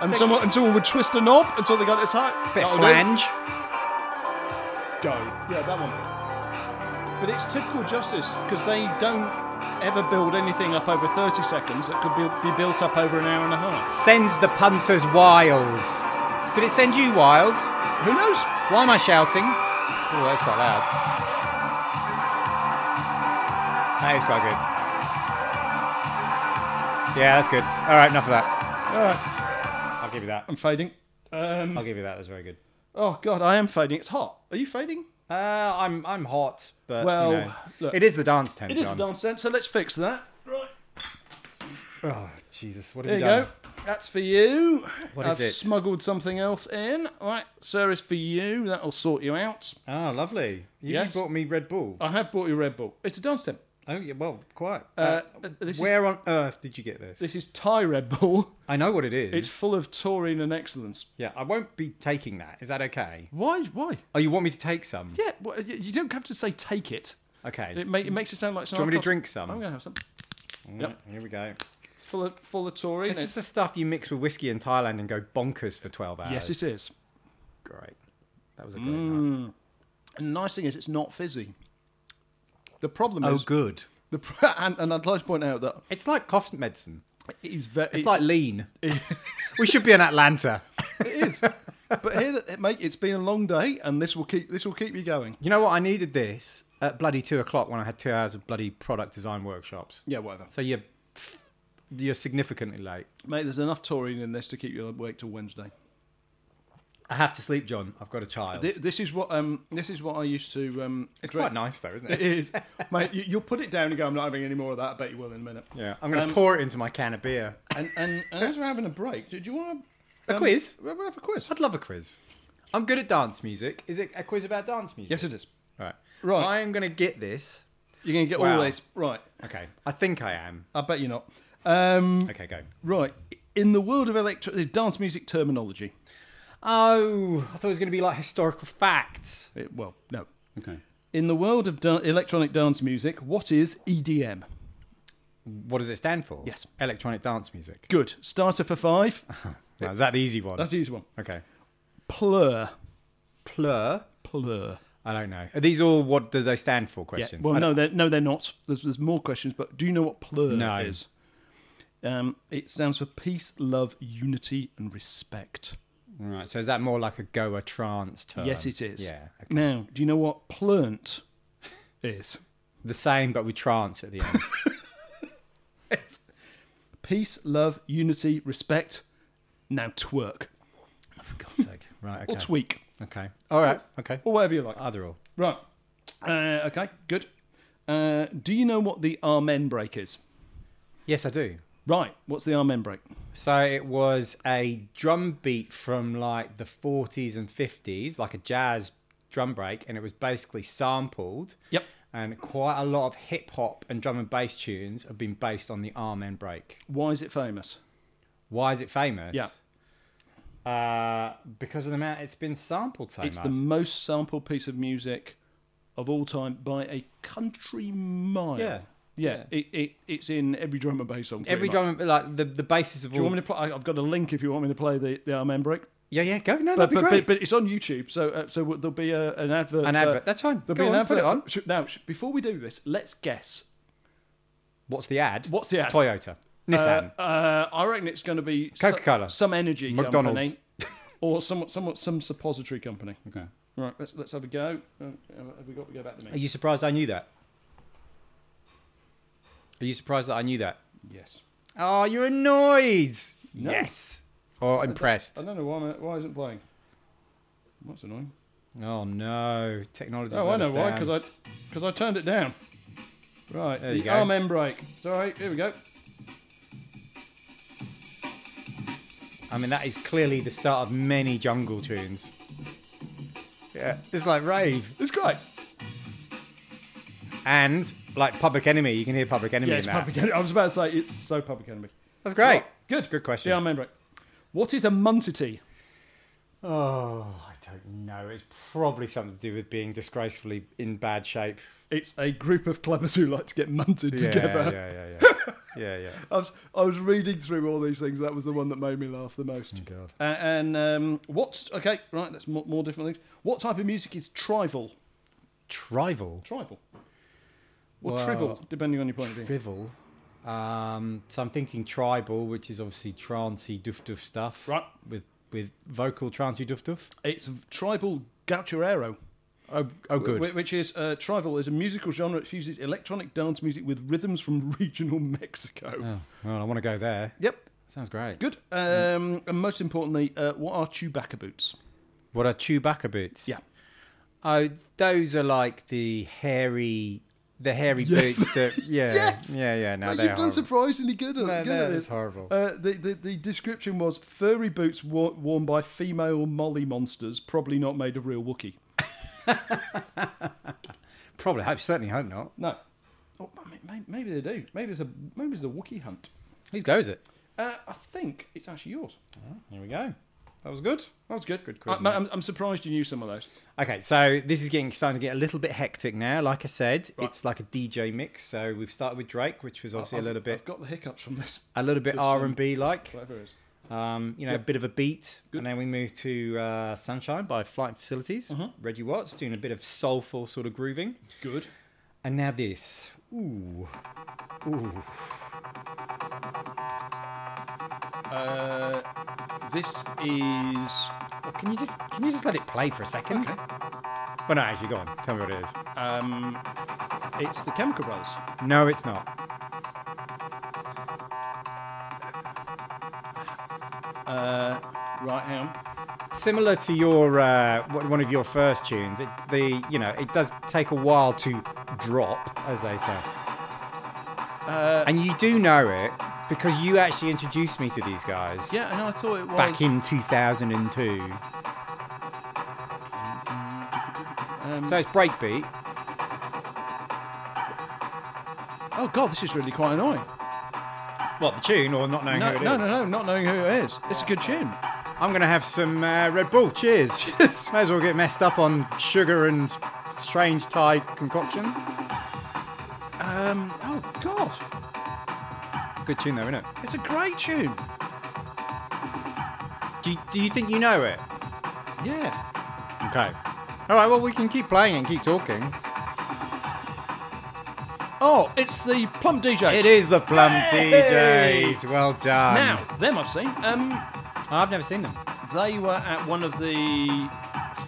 Speaker 2: And someone and someone would twist a knob until they got it tight.
Speaker 1: Bit of
Speaker 2: That'll do.
Speaker 1: flange.
Speaker 2: Go. Yeah, that one. But it's typical justice because they don't ever build anything up over 30 seconds that could be, be built up over an hour and a half.
Speaker 1: Sends the punters wild. Did it send you wild?
Speaker 2: Who knows?
Speaker 1: Why am I shouting? Oh, that's quite loud. That is quite good. Yeah, that's good. All right, enough of that.
Speaker 2: All right,
Speaker 1: I'll give you that.
Speaker 2: I'm fading. Um,
Speaker 1: I'll give you that. That's very good.
Speaker 2: oh God, I am fading. It's hot. Are you fading?
Speaker 1: Uh, I'm I'm hot, but you
Speaker 2: Well,
Speaker 1: know.
Speaker 2: look.
Speaker 1: it is the dance tent.
Speaker 2: It is the
Speaker 1: John.
Speaker 2: dance dance, so let's fix that. Right.
Speaker 1: Oh Jesus, what have
Speaker 2: There you
Speaker 1: you done?
Speaker 2: go. That's for you.
Speaker 1: What is
Speaker 2: I've
Speaker 1: it?
Speaker 2: smuggled something else in. Right, sir, is for you. That'll sort you out.
Speaker 1: Oh, lovely. You,
Speaker 2: Yes. Oh.
Speaker 1: brought me Red Bull.
Speaker 2: I have bought you Red Bull. It's a dance temp.
Speaker 1: Oh, yeah, well, quite. Uh,
Speaker 2: Uh, this, is,
Speaker 1: where on earth did you get this?
Speaker 2: this is Thai Red Bull.
Speaker 1: I know what it is.
Speaker 2: It's full of taurine and excellence.
Speaker 1: yeah, I won't be taking that. Is that okay?
Speaker 2: Why? Why?
Speaker 1: Oh, you want me to take some?
Speaker 2: Yeah, well, you you don't have to say take it.
Speaker 1: Okay.
Speaker 2: It, ma- it makes it sound like. Do
Speaker 1: you want me to drink some?
Speaker 2: I'm gonna have some. Yep,
Speaker 1: Mm, Here we go.
Speaker 2: full of full of taurine.
Speaker 1: This is the stuff you mix with whiskey in Thailand and go bonkers for 12 hours.
Speaker 2: yes, Mm. it is.
Speaker 1: great. That was a great night.
Speaker 2: And the nice thing is, it's not fizzy. The problem is
Speaker 1: Oh, good.
Speaker 2: the pr- and, and I'd like to point out that
Speaker 1: It's like cough medicine.
Speaker 2: it is very.
Speaker 1: It's, like lean. we should be in Atlanta.
Speaker 2: it is. but here, that- mate, it's been a long day, and this will keep this will keep you going.
Speaker 1: You know what? I needed this at bloody two o'clock when I had two hours of bloody product design workshops.
Speaker 2: Yeah, whatever.
Speaker 1: So you're, you're significantly late.
Speaker 2: Mate, there's enough taurine in this to keep you awake till Wednesday.
Speaker 1: I have to sleep, John. I've got a child.
Speaker 2: Thi- This is what um this is what I used to um.
Speaker 1: it's
Speaker 2: drink-
Speaker 1: quite nice, though, isn't it?
Speaker 2: It is, mate. You, you'll put it down and go. I'm not having any more of that. I bet you will in a minute.
Speaker 1: Yeah. I'm going to
Speaker 2: Um,
Speaker 1: pour it into my can of beer.
Speaker 2: And, and, and as we're having a break, do, do you want to,
Speaker 1: A quiz?
Speaker 2: We'll have a quiz.
Speaker 1: I'd love a quiz. I'm good at dance music. Is it a quiz about dance music?
Speaker 2: Yes, it is.
Speaker 1: Right.
Speaker 2: Right.
Speaker 1: I am going to get this.
Speaker 2: You're going to get all
Speaker 1: Wow.
Speaker 2: these right.
Speaker 1: Okay. I think I am.
Speaker 2: I bet you're not. Um,
Speaker 1: Okay, go.
Speaker 2: Right. In the world of electro dance music terminology,
Speaker 1: Oh, I thought it was going to be like historical facts.
Speaker 2: it, well, no.
Speaker 1: Okay.
Speaker 2: In the world of da- electronic dance music, what is E EDM?
Speaker 1: What does it stand for?
Speaker 2: Yes.
Speaker 1: Electronic dance music.
Speaker 2: Good. Starter for five.
Speaker 1: Now, is that the easy one?
Speaker 2: That's the easy one.
Speaker 1: okay.
Speaker 2: Plur.
Speaker 1: Plur.
Speaker 2: Plur.
Speaker 1: I don't know. Are these all what do they stand for
Speaker 2: Yeah.
Speaker 1: questions?
Speaker 2: Well,
Speaker 1: I don't-
Speaker 2: no, they're, no, they're not. There's, there's more questions, but do you know what plur
Speaker 1: No.
Speaker 2: is? Um, it stands for peace, love, unity, and respect.
Speaker 1: Right. So is that more like a Goa trance term?
Speaker 2: Yes, it is.
Speaker 1: Uh, Yeah. okay.
Speaker 2: Now, do you know what plunt is?
Speaker 1: The same, but with trance at the end.
Speaker 2: It's peace, love, unity, respect. Now twerk
Speaker 1: For God's sake. Right. Okay.
Speaker 2: or tweak
Speaker 1: okay. All right. Okay.
Speaker 2: or whatever you like.
Speaker 1: Either or.
Speaker 2: Right. Uh, okay. Good. Uh, do you know what the amen break is?
Speaker 1: Yes, I do.
Speaker 2: Right. What's the amen break?
Speaker 1: So it was a drum beat from like the 40s and 50s, like a jazz drum break, and it was basically sampled.
Speaker 2: Yep.
Speaker 1: And quite a lot of hip hop and drum and bass tunes have been based on the arm end break.
Speaker 2: Why is it famous?
Speaker 1: Why is it famous?
Speaker 2: Yeah.
Speaker 1: Uh, because of the amount it's been sampled so
Speaker 2: It's
Speaker 1: much.
Speaker 2: the most sampled piece of music of all time by a country mile.
Speaker 1: Yeah.
Speaker 2: Yeah. It, it, it's in every drum and bass song. pretty
Speaker 1: Every
Speaker 2: much.
Speaker 1: drum, and- like the, the basis of
Speaker 2: Do you
Speaker 1: all.
Speaker 2: want me to play? I- I've got a link if you want me to play the, the Amen break.
Speaker 1: yeah, yeah, go. No,
Speaker 2: But,
Speaker 1: that'd be
Speaker 2: but,
Speaker 1: great.
Speaker 2: but, but it's on YouTube, so uh, so there'll be a, an advert.
Speaker 1: An
Speaker 2: for-
Speaker 1: advert. That's fine.
Speaker 2: There'll
Speaker 1: Go
Speaker 2: be an
Speaker 1: on,
Speaker 2: advert.
Speaker 1: put it on.
Speaker 2: for- sh- now, sh- before we do this, let's guess.
Speaker 1: What's the ad?
Speaker 2: What's the ad?
Speaker 1: Toyota, Nissan,
Speaker 2: Uh, uh, I reckon it's going to be so-
Speaker 1: Coca-Cola.
Speaker 2: some energy
Speaker 1: McDonald's.
Speaker 2: company, or some, some some suppository company.
Speaker 1: Okay.
Speaker 2: Right, let's let's have a go. Uh, have we got to go back to
Speaker 1: Are
Speaker 2: me?
Speaker 1: you surprised I knew that? Are you surprised that I knew that?
Speaker 2: Yes.
Speaker 1: Oh, you're annoyed. Yes. Or impressed.
Speaker 2: I don't know why I'm- why isn't playing. That's annoying.
Speaker 1: Oh no, technology.
Speaker 2: Oh, I know why because I because I turned it down. Right,
Speaker 1: you
Speaker 2: the
Speaker 1: go.
Speaker 2: arm end break. Sorry, here we go.
Speaker 1: I mean, that is clearly the start of many jungle tunes. Yeah, it's like rave
Speaker 2: It's great.
Speaker 1: and like Public Enemy. You can hear Public Enemy
Speaker 2: Yeah,
Speaker 1: in
Speaker 2: it's
Speaker 1: that.
Speaker 2: public enemy. I was about to say it's so public enemy.
Speaker 1: That's great.
Speaker 2: Right, Good.
Speaker 1: Good question.
Speaker 2: The arm end break. What is a muntity?
Speaker 1: Oh, I don't know. It's probably something to do with being disgracefully in bad shape.
Speaker 2: It's a group of clubbers who like to get munted together.
Speaker 1: Yeah, yeah, yeah, yeah, yeah. yeah.
Speaker 2: I was, I was reading through all these things. That was the one that made me laugh the most.
Speaker 1: Oh, God.
Speaker 2: Uh, and um, what? Okay, right. That's more, more different things. What type of music is trival?
Speaker 1: Trival.
Speaker 2: Trival. or
Speaker 1: Well,
Speaker 2: trivial, depending on your point of view.
Speaker 1: Drivel. Um, so I'm thinking tribal, which is obviously trancey duff duff stuff.
Speaker 2: Right.
Speaker 1: With with vocal trancey duff duff.
Speaker 2: It's tribal gauchero.
Speaker 1: Oh, oh good.
Speaker 2: Wh- Which is uh, tribal is a musical genre that fuses electronic dance music with rhythms from regional Mexico.
Speaker 1: oh, Hmm. well, I want to go there.
Speaker 2: Yep,
Speaker 1: Sounds great.
Speaker 2: good. Um, and most importantly, uh, what are Chewbacca boots?
Speaker 1: What are Chewbacca boots?
Speaker 2: Yeah.
Speaker 1: Oh, those are like the hairy, the hairy
Speaker 2: Yes.
Speaker 1: boots that. Yeah.
Speaker 2: Yes!
Speaker 1: Yeah, yeah. No,
Speaker 2: Mate,
Speaker 1: they
Speaker 2: you've
Speaker 1: are.
Speaker 2: done surprisingly good at,
Speaker 1: No,
Speaker 2: good at
Speaker 1: no,
Speaker 2: this.
Speaker 1: it's horrible.
Speaker 2: Uh, the, the, the description was furry boots wor- worn by female molly monsters, probably not made of real Wookiee.
Speaker 1: Probably. I certainly hope not.
Speaker 2: No. Oh, maybe, maybe they do. Maybe it's a maybe it's a Wookiee hunt.
Speaker 1: Whose goes it?
Speaker 2: Uh, I think it's actually yours.
Speaker 1: Here we go. That was good.
Speaker 2: That was good. Good
Speaker 1: quiz,
Speaker 2: I,
Speaker 1: mate.
Speaker 2: I'm, I'm surprised you knew some of those.
Speaker 1: Okay, so this is getting starting to get a little bit hectic now. Like I said, it's like a DJ mix. So we've started with Drake, which was obviously
Speaker 2: Uh, I've-
Speaker 1: a little bit,
Speaker 2: I've got the hiccups from this.
Speaker 1: a little bit
Speaker 2: with some-
Speaker 1: R and B like.
Speaker 2: Whatever it is.
Speaker 1: Um, you know, a
Speaker 2: Yep.
Speaker 1: bit of a beat,
Speaker 2: Good.
Speaker 1: and then we move to uh, "Sunshine" by Flight Facilities.
Speaker 2: Mm-hmm.
Speaker 1: Reggie Watts doing a bit of soulful sort of grooving,
Speaker 2: Good.
Speaker 1: and now this. Ooh, ooh.
Speaker 2: Uh, this is
Speaker 1: Well, can you just can you just let it play for a second?
Speaker 2: okay.
Speaker 1: Well, no, actually, go on. Tell me what it is.
Speaker 2: Um, it's the Chemical Brothers.
Speaker 1: No, it's not.
Speaker 2: Uh, right, hang on.
Speaker 1: Similar to your uh, one one of your first tunes, it, the you know it does take a while to drop, as they say.
Speaker 2: Uh,
Speaker 1: and you do know it because you actually introduced me to these guys.
Speaker 2: Yeah, and I thought it was
Speaker 1: Back in 2002.
Speaker 2: Um,
Speaker 1: So it's breakbeat.
Speaker 2: oh god, this is really quite annoying.
Speaker 1: What, the tune or not knowing
Speaker 2: No,
Speaker 1: who it is?
Speaker 2: no, no, no, not knowing who it is. It's a good tune.
Speaker 1: I'm going to have some uh, Red Bull. Cheers. Might as well get messed up on sugar and strange Thai concoction.
Speaker 2: Um, oh god,
Speaker 1: Good tune though, isn't it?
Speaker 2: it's a great tune.
Speaker 1: Do you, do you think you know it?
Speaker 2: Yeah.
Speaker 1: Okay. All right, well, we can keep playing and keep talking.
Speaker 2: Oh, it's the Plump DJs.
Speaker 1: It is the Plum
Speaker 2: Hey!
Speaker 1: DJs. Well done.
Speaker 2: Now, them I've seen. Um,
Speaker 1: I've never seen them.
Speaker 2: they were at one of the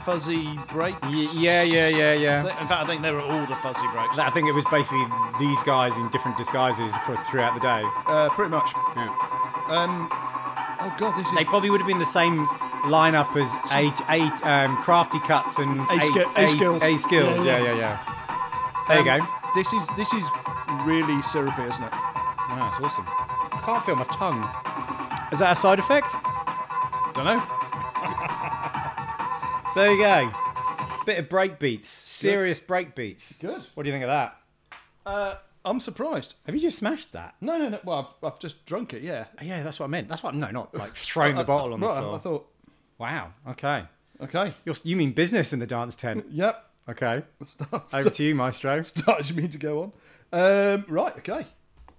Speaker 2: fuzzy breaks.
Speaker 1: Y- yeah, yeah, yeah, yeah.
Speaker 2: In fact, I think they were all the fuzzy breaks.
Speaker 1: I think it was basically these guys in different disguises for- throughout the day.
Speaker 2: Uh, pretty much.
Speaker 1: Yeah.
Speaker 2: Um, oh god, this is
Speaker 1: They probably would have been the same lineup as a, a um, crafty cuts and
Speaker 2: A Ski- A Skills.
Speaker 1: A skills.
Speaker 2: Yeah,
Speaker 1: Yeah,
Speaker 2: yeah.
Speaker 1: yeah, yeah. There you
Speaker 2: Um,
Speaker 1: go.
Speaker 2: This is this is really syrupy, isn't it?
Speaker 1: Wow, it's awesome. I can't feel my tongue. Is that a side effect?
Speaker 2: Don't know.
Speaker 1: So there you go. Bit of break beats. Serious break beats.
Speaker 2: Good.
Speaker 1: What do you think of that?
Speaker 2: Uh, I'm surprised.
Speaker 1: Have you just smashed that?
Speaker 2: No, no, no. Well, I've, I've just drunk it. Yeah.
Speaker 1: Yeah, that's what I meant. That's what no, not like throwing the bottle on the
Speaker 2: Right, I-
Speaker 1: floor.
Speaker 2: I thought.
Speaker 1: wow. Okay.
Speaker 2: Okay.
Speaker 1: You're, you mean business in the dance tent?
Speaker 2: Yep.
Speaker 1: Okay.
Speaker 2: Start,
Speaker 1: Over
Speaker 2: start,
Speaker 1: to you, Maestro.
Speaker 2: started me to go on. Um, right. Okay.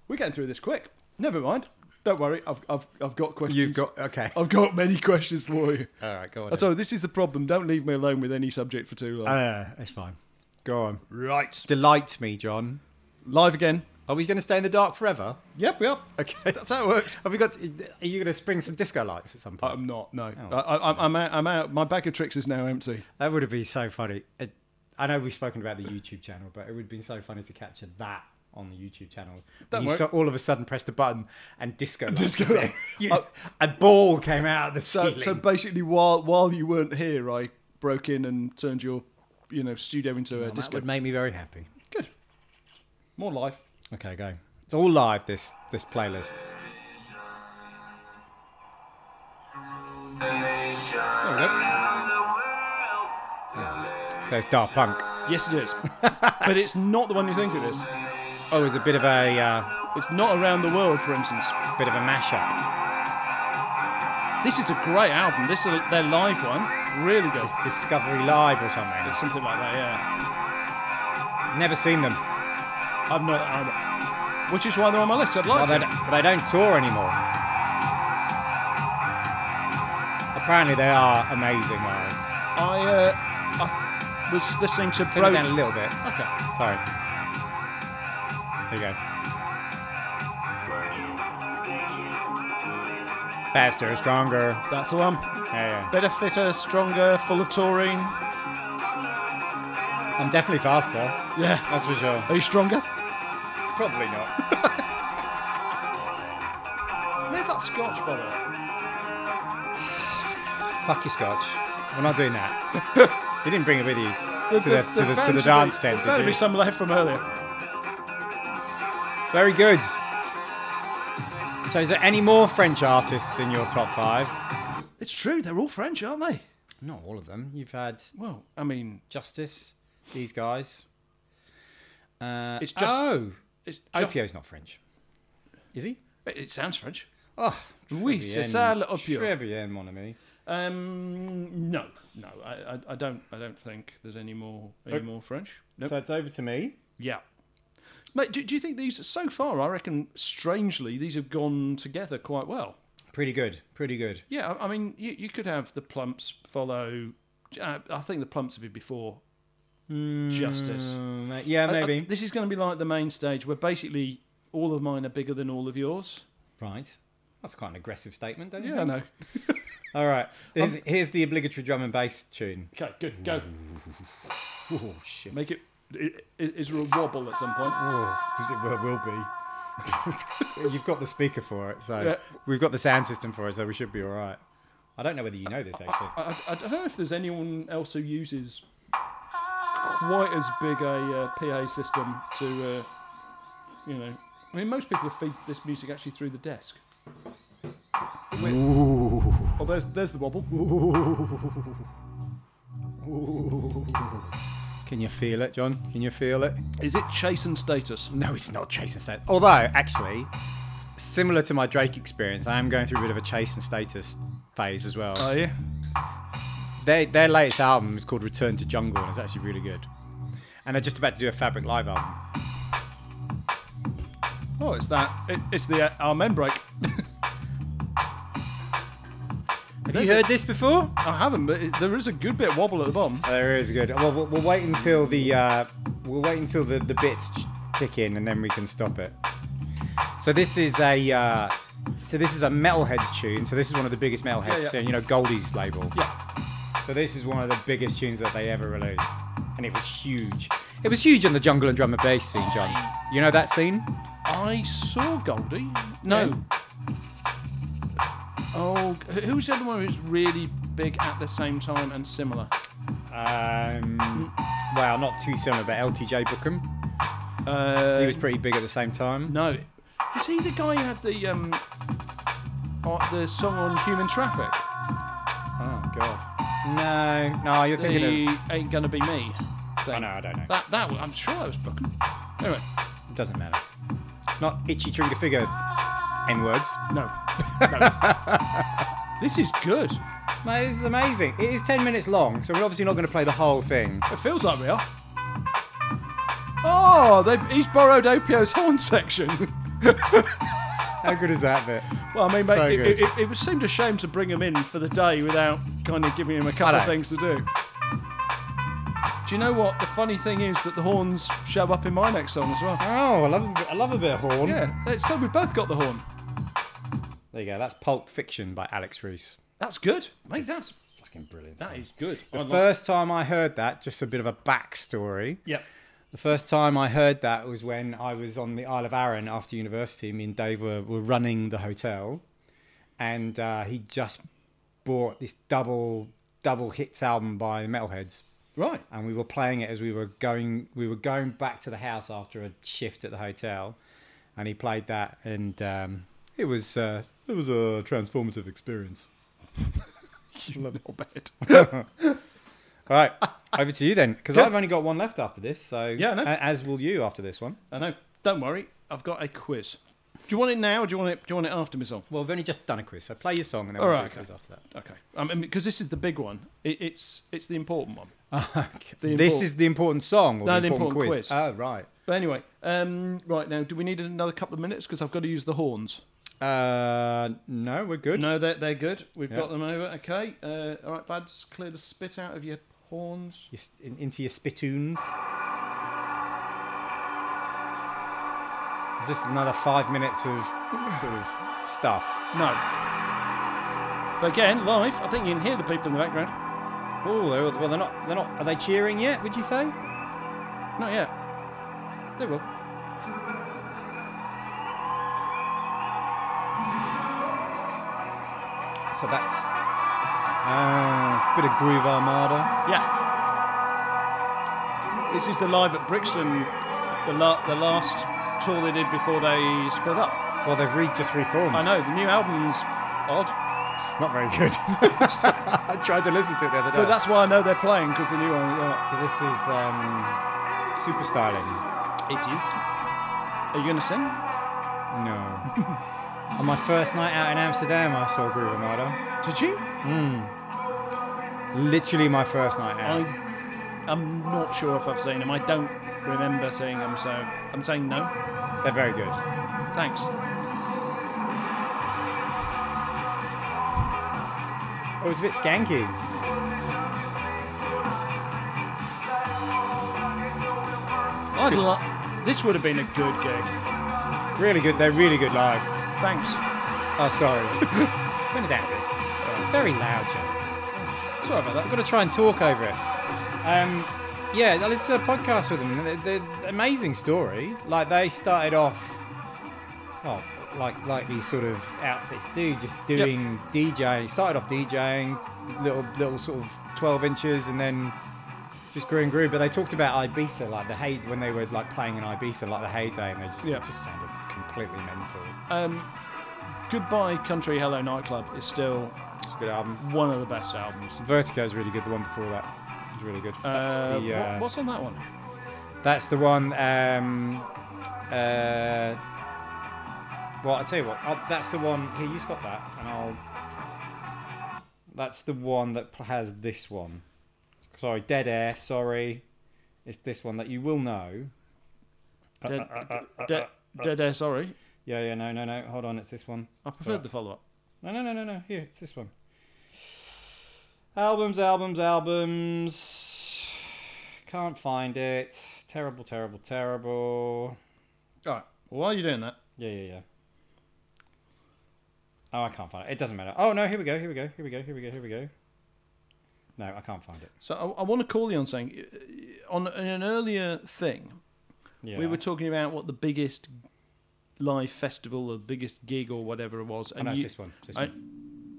Speaker 2: We're getting through this quick. Never mind. Don't worry. I've I've, I've got questions.
Speaker 1: You've got uh, okay.
Speaker 2: I've got many questions for you.
Speaker 1: All right, go on.
Speaker 2: I told you, this is the problem. Don't leave me alone with any subject for too long.
Speaker 1: Uh, it's fine. Go on.
Speaker 2: right.
Speaker 1: Delight me, John.
Speaker 2: Live again.
Speaker 1: Are we going to stay in the dark forever?
Speaker 2: Yep. Yep.
Speaker 1: Okay.
Speaker 2: That's how it works.
Speaker 1: Have we got? Are you going to spring some disco lights at some point?
Speaker 2: I'm not. No.
Speaker 1: Oh,
Speaker 2: I, I, I'm- I'm out. I'm out. My bag of tricks is now empty.
Speaker 1: that would have been so funny. It, I know we've spoken about the YouTube channel, but it would have been so funny to capture that on the YouTube channel.
Speaker 2: Don't
Speaker 1: When you
Speaker 2: worry.
Speaker 1: so, all of a sudden pressed a button and disco. lights
Speaker 2: Disco
Speaker 1: appeared.
Speaker 2: light.
Speaker 1: You- a ball came out of the
Speaker 2: So,
Speaker 1: ceiling.
Speaker 2: so basically, while while you weren't here, I broke in and turned your, you know, studio into a
Speaker 1: Well, that
Speaker 2: disco.
Speaker 1: would make me very happy.
Speaker 2: Good. More life.
Speaker 1: Okay, go. It's all live. This this playlist.
Speaker 2: There we go.
Speaker 1: So it's Daft Punk.
Speaker 2: Yes, it is. but it's not the one you think it is.
Speaker 1: Oh, it's a bit of a uh,
Speaker 2: It's not around the world, for instance.
Speaker 1: bit of a mashup.
Speaker 2: This is a great album. This is their live one. Really good.
Speaker 1: It's Discovery Live or something.
Speaker 2: Something like that. Yeah.
Speaker 1: Never seen them.
Speaker 2: I've not. i which is why they're on my list. I'd
Speaker 1: Well,
Speaker 2: like
Speaker 1: they,
Speaker 2: to.
Speaker 1: Oh, but they don't tour anymore. Apparently they are amazing. Though.
Speaker 2: I, uh, I was listening to
Speaker 1: Turn it
Speaker 2: Bro.
Speaker 1: down a little bit.
Speaker 2: Okay.
Speaker 1: Sorry. There you go. Faster, stronger.
Speaker 2: That's the one.
Speaker 1: Yeah,
Speaker 2: Better, fitter, stronger, full of taurine.
Speaker 1: yeah. I'm definitely faster.
Speaker 2: Yeah.
Speaker 1: That's for sure.
Speaker 2: Are you stronger?
Speaker 1: Probably not.
Speaker 2: Where's that scotch, by the way?
Speaker 1: Fuck your scotch. We're not doing that. you didn't bring it with you to the, to the, to
Speaker 2: bound
Speaker 1: the
Speaker 2: be-
Speaker 1: dance tent,
Speaker 2: There's bound to
Speaker 1: did
Speaker 2: be
Speaker 1: you?
Speaker 2: some left from earlier.
Speaker 1: Very good. So, is there any more French artists in your top five?
Speaker 2: It's true. They're all French, aren't they?
Speaker 1: Not all of them. You've had
Speaker 2: Well, I mean,
Speaker 1: Justice, these guys. Uh,
Speaker 2: It's just-
Speaker 1: oh,
Speaker 2: it's ju-
Speaker 1: Opio's not French, is he?
Speaker 2: It, it sounds French.
Speaker 1: Oh,
Speaker 2: Ah, Oui,
Speaker 1: très
Speaker 2: c'est
Speaker 1: bien.
Speaker 2: ça, le Opio.
Speaker 1: Très bien, mon ami.
Speaker 2: Um, no, no, I, I, I don't, I don't think there's any more, any
Speaker 1: Okay.
Speaker 2: more French. Nope.
Speaker 1: So it's over to me.
Speaker 2: yeah. Mate, do, do you think these so far? I reckon strangely these have gone together quite well.
Speaker 1: Pretty good. Pretty good.
Speaker 2: Yeah, I, I mean, you, you could have the plumps follow. Uh, I think the plumps would be before Hmm. justice.
Speaker 1: Um, uh, yeah,
Speaker 2: I- I-
Speaker 1: maybe.
Speaker 2: this is going to be like the main stage where basically all of mine are bigger than all of yours.
Speaker 1: right. That's quite an aggressive statement, don't you?
Speaker 2: Yeah, Um, I
Speaker 1: think?
Speaker 2: know.
Speaker 1: All right. Here's, here's the obligatory drum and bass tune.
Speaker 2: Okay, good, go.
Speaker 1: Oh shit.
Speaker 2: Make it. i- i- Is there a wobble at some point?
Speaker 1: Oh, 'cause it will, will be. You've got the speaker for it, so
Speaker 2: Yeah.
Speaker 1: we've got the sound system for it, so we should be all right. I don't know whether you know this actually.
Speaker 2: I, I, I don't know if there's anyone else who uses quite as big a uh, PA system to, uh, you know. I mean, most people feed this music actually through the desk. With- Oh, there's there's the wobble.
Speaker 1: Can you feel it, John? Can you feel it?
Speaker 2: Is it chase and status?
Speaker 1: No, it's not chase and status. Although, actually, similar to my Drake experience, I am going through a bit of a chase and status phase as well.
Speaker 2: Are you?
Speaker 1: Their, their latest album is called Return to Jungle, and it's actually really good. And they're just about to do a Fabric Live album.
Speaker 2: Oh, it's that. It, it's the uh, our break.
Speaker 1: Have
Speaker 2: There's
Speaker 1: you
Speaker 2: a-
Speaker 1: heard this before?
Speaker 2: I haven't, but it, there is a good bit of wobble at the bottom.
Speaker 1: There Oh, is good. Well, we'll, we'll wait until the uh, we'll wait until the the bits ch- kick in, and then we can stop it. So this is a uh, so this is a metalheads tune. So this is one of the biggest metalheads.
Speaker 2: Yeah, yeah.
Speaker 1: You know, Goldie's label.
Speaker 2: Yeah.
Speaker 1: So this is one of the biggest tunes that they ever released, and it was huge. It was huge on the jungle and drum and bass scene, John. You know that scene?
Speaker 2: I saw Goldie. No. Oh, who- who was the other one who was really big at the same time and similar?
Speaker 1: Um, well, not too similar, but LTJ Bookham.
Speaker 2: Uh,
Speaker 1: He was pretty big at the same time.
Speaker 2: no. Is he the guy who had the um, uh, the song on human traffic?
Speaker 1: Oh god. No, no, you're thinking
Speaker 2: The
Speaker 1: of.
Speaker 2: ain't gonna be me.
Speaker 1: Oh,
Speaker 2: thing.
Speaker 1: no, I don't know.
Speaker 2: That that was- I'm sure that was Buckham. Anyway,
Speaker 1: It doesn't matter. Not itchy trigger figure N words.
Speaker 2: no. no. this is good.
Speaker 1: Mate, this is amazing. It is 10 minutes long, so we're obviously not going to play the whole thing.
Speaker 2: It feels like we are. Oh, they've, he's borrowed Opio's horn section.
Speaker 1: How good is that bit?
Speaker 2: Well, I mean, mate,
Speaker 1: So
Speaker 2: it,
Speaker 1: good.
Speaker 2: it, it, it seemed a shame to bring him in for the day without kind of giving him a
Speaker 1: I
Speaker 2: couple
Speaker 1: know.
Speaker 2: of things to do. Do you know what? The funny thing is that the horns show up in my next song as well.
Speaker 1: Oh, I love, a bit- I love a bit of horn.
Speaker 2: Yeah, that- so we've both got the horn.
Speaker 1: There you go. That's Pulp Fiction by Alex Reese.
Speaker 2: That's good, mate. That's
Speaker 1: Fucking brilliant.
Speaker 2: that
Speaker 1: song.
Speaker 2: is good.
Speaker 1: The first time I heard that, just a bit of a backstory.
Speaker 2: Yep.
Speaker 1: The first time I heard that was when I was on the Isle of Arran after university. Me and Dave were, were running the hotel, and uh, he just bought this double double hits album by the Metalheads,
Speaker 2: Right.
Speaker 1: and we were playing it as we were going we were going back to the house after a shift at the hotel, and he played that, and um, it was uh, it was a transformative experience.
Speaker 2: You little bit.
Speaker 1: All right, over to you then, because
Speaker 2: Yeah.
Speaker 1: I've only got one left after this. So
Speaker 2: Yeah, I know.
Speaker 1: a- as will you after this one.
Speaker 2: I know. Don't worry. I've got a quiz. Do you want it now, or do you want it? Do you want it after me song?
Speaker 1: Well, we've only just done a quiz, so play your song and then
Speaker 2: All
Speaker 1: we'll do
Speaker 2: right,
Speaker 1: a quiz after
Speaker 2: Okay. Um, because this is the big one. It, it's it's the important one.
Speaker 1: that.
Speaker 2: The
Speaker 1: this
Speaker 2: import-
Speaker 1: is the important song or
Speaker 2: No,
Speaker 1: the, important, quiz? Oh, right.
Speaker 2: But anyway, um, right now, do we need another couple of minutes? Because I've got to use the horns.
Speaker 1: Uh, no, we're good.
Speaker 2: No, they're, they're good. We've
Speaker 1: Yeah.
Speaker 2: got them over. Okay. Uh, all right, lads, clear the spit out of your horns.
Speaker 1: You s- in- into your spittoons. Is this another five minutes of sort of stuff?
Speaker 2: No. But again, live, I think you can hear the people in the background.
Speaker 1: Oh, well, they're not. They're not. Are they cheering yet? Would you say?
Speaker 2: Not yet. They will.
Speaker 1: So that's uh, bit of groove armada.
Speaker 2: Yeah. This is the live at Brixton, the, la- the last tour they did before they split up.
Speaker 1: Well, they've re- just reformed.
Speaker 2: I know, the new album's odd,
Speaker 1: It's not very good. I tried to listen to it the other day.
Speaker 2: but that's why I know they're playing, because the new one. Yeah.
Speaker 1: uh, so this is um, super styling.
Speaker 2: It is. Are you going to sing?
Speaker 1: No. On my first night out in Amsterdam, I saw Groove Armada.
Speaker 2: Did you?
Speaker 1: Literally my first night out.
Speaker 2: I, I'm not sure if I've seen them. I don't remember seeing them, so I'm saying no.
Speaker 1: They're very good.
Speaker 2: Thanks.
Speaker 1: It was a bit skanky.
Speaker 2: I'd li- this would have been a good gig.
Speaker 1: Really good. They're really good live.
Speaker 2: Thanks.
Speaker 1: Oh, sorry. Turn it down a bit. It's Very loud, John.
Speaker 2: Sorry about that.
Speaker 1: I've got to try and talk over it. Um, yeah, I listened to a podcast with them. They're, they're- amazing story. Like they started off, oh, like like these sort of outfits do, just doing DJing. Started off DJing, little little sort of twelve inches, and then just grew and grew. But they talked about Ibiza, like the hey when they were like playing in Ibiza, like the heyday, and they just
Speaker 2: Yeah.
Speaker 1: it just sounded completely mental.
Speaker 2: Um, Goodbye Country Hello Nightclub is still
Speaker 1: It's a good album.
Speaker 2: one of the best albums.
Speaker 1: Vertigo is really good. The one before that is really good.
Speaker 2: Uh,
Speaker 1: that's, the, uh,
Speaker 2: what- what's on that one?
Speaker 1: that's the one. Um, uh, well, I tell you what. i that's the one. Here, you stop that, and I'll. That's the one that pl- has this one. Sorry, Dead Air. Sorry, it's this one that you will know.
Speaker 2: Dead, Dead- Dead Air, sorry.
Speaker 1: Yeah, yeah, no, no, no. Hold on, it's this one.
Speaker 2: I preferred the follow up.
Speaker 1: No, no, no, no, no. Here, it's this one. Albums, albums, albums. Can't find it. Terrible, terrible, terrible.
Speaker 2: All right. Well, while you're doing that,
Speaker 1: Yeah, yeah, yeah. Oh, I can't find it. It doesn't matter. Oh, no, here we go, here we go, here we go, here we go, here we go. No, I can't find it.
Speaker 2: so I, I want to call you on saying, uh, on in an earlier thing,
Speaker 1: Yeah.
Speaker 2: we were talking about what the biggest live festival or biggest gig or whatever it was.
Speaker 1: oh, no,
Speaker 2: And
Speaker 1: it's
Speaker 2: you,
Speaker 1: this one. This,
Speaker 2: I-
Speaker 1: one.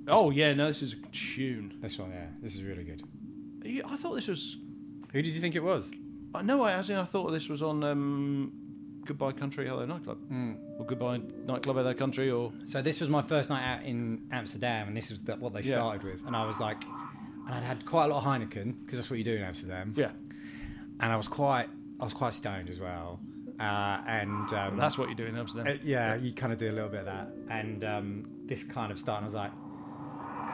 Speaker 2: oh yeah, no, this is a tune.
Speaker 1: this one, yeah. This is really good.
Speaker 2: Yeah, I thought this was.
Speaker 1: Who did you think it was?
Speaker 2: I know. I actually I thought this was on um, Goodbye Country Hello Nightclub
Speaker 1: Hmm.
Speaker 2: or Goodbye Nightclub Hello Country or
Speaker 1: So this was my first night out in Amsterdam, and this was the, what they
Speaker 2: Yeah.
Speaker 1: started with. And I was like, and I'd had quite a lot of Heineken because that's what you do in Amsterdam.
Speaker 2: yeah.
Speaker 1: and I was quite I was quite stoned as well. Uh, and um,
Speaker 2: That's what you do in Amsterdam.
Speaker 1: uh, yeah, you kind of do a little bit of that. And um, this kind of start, and I was like,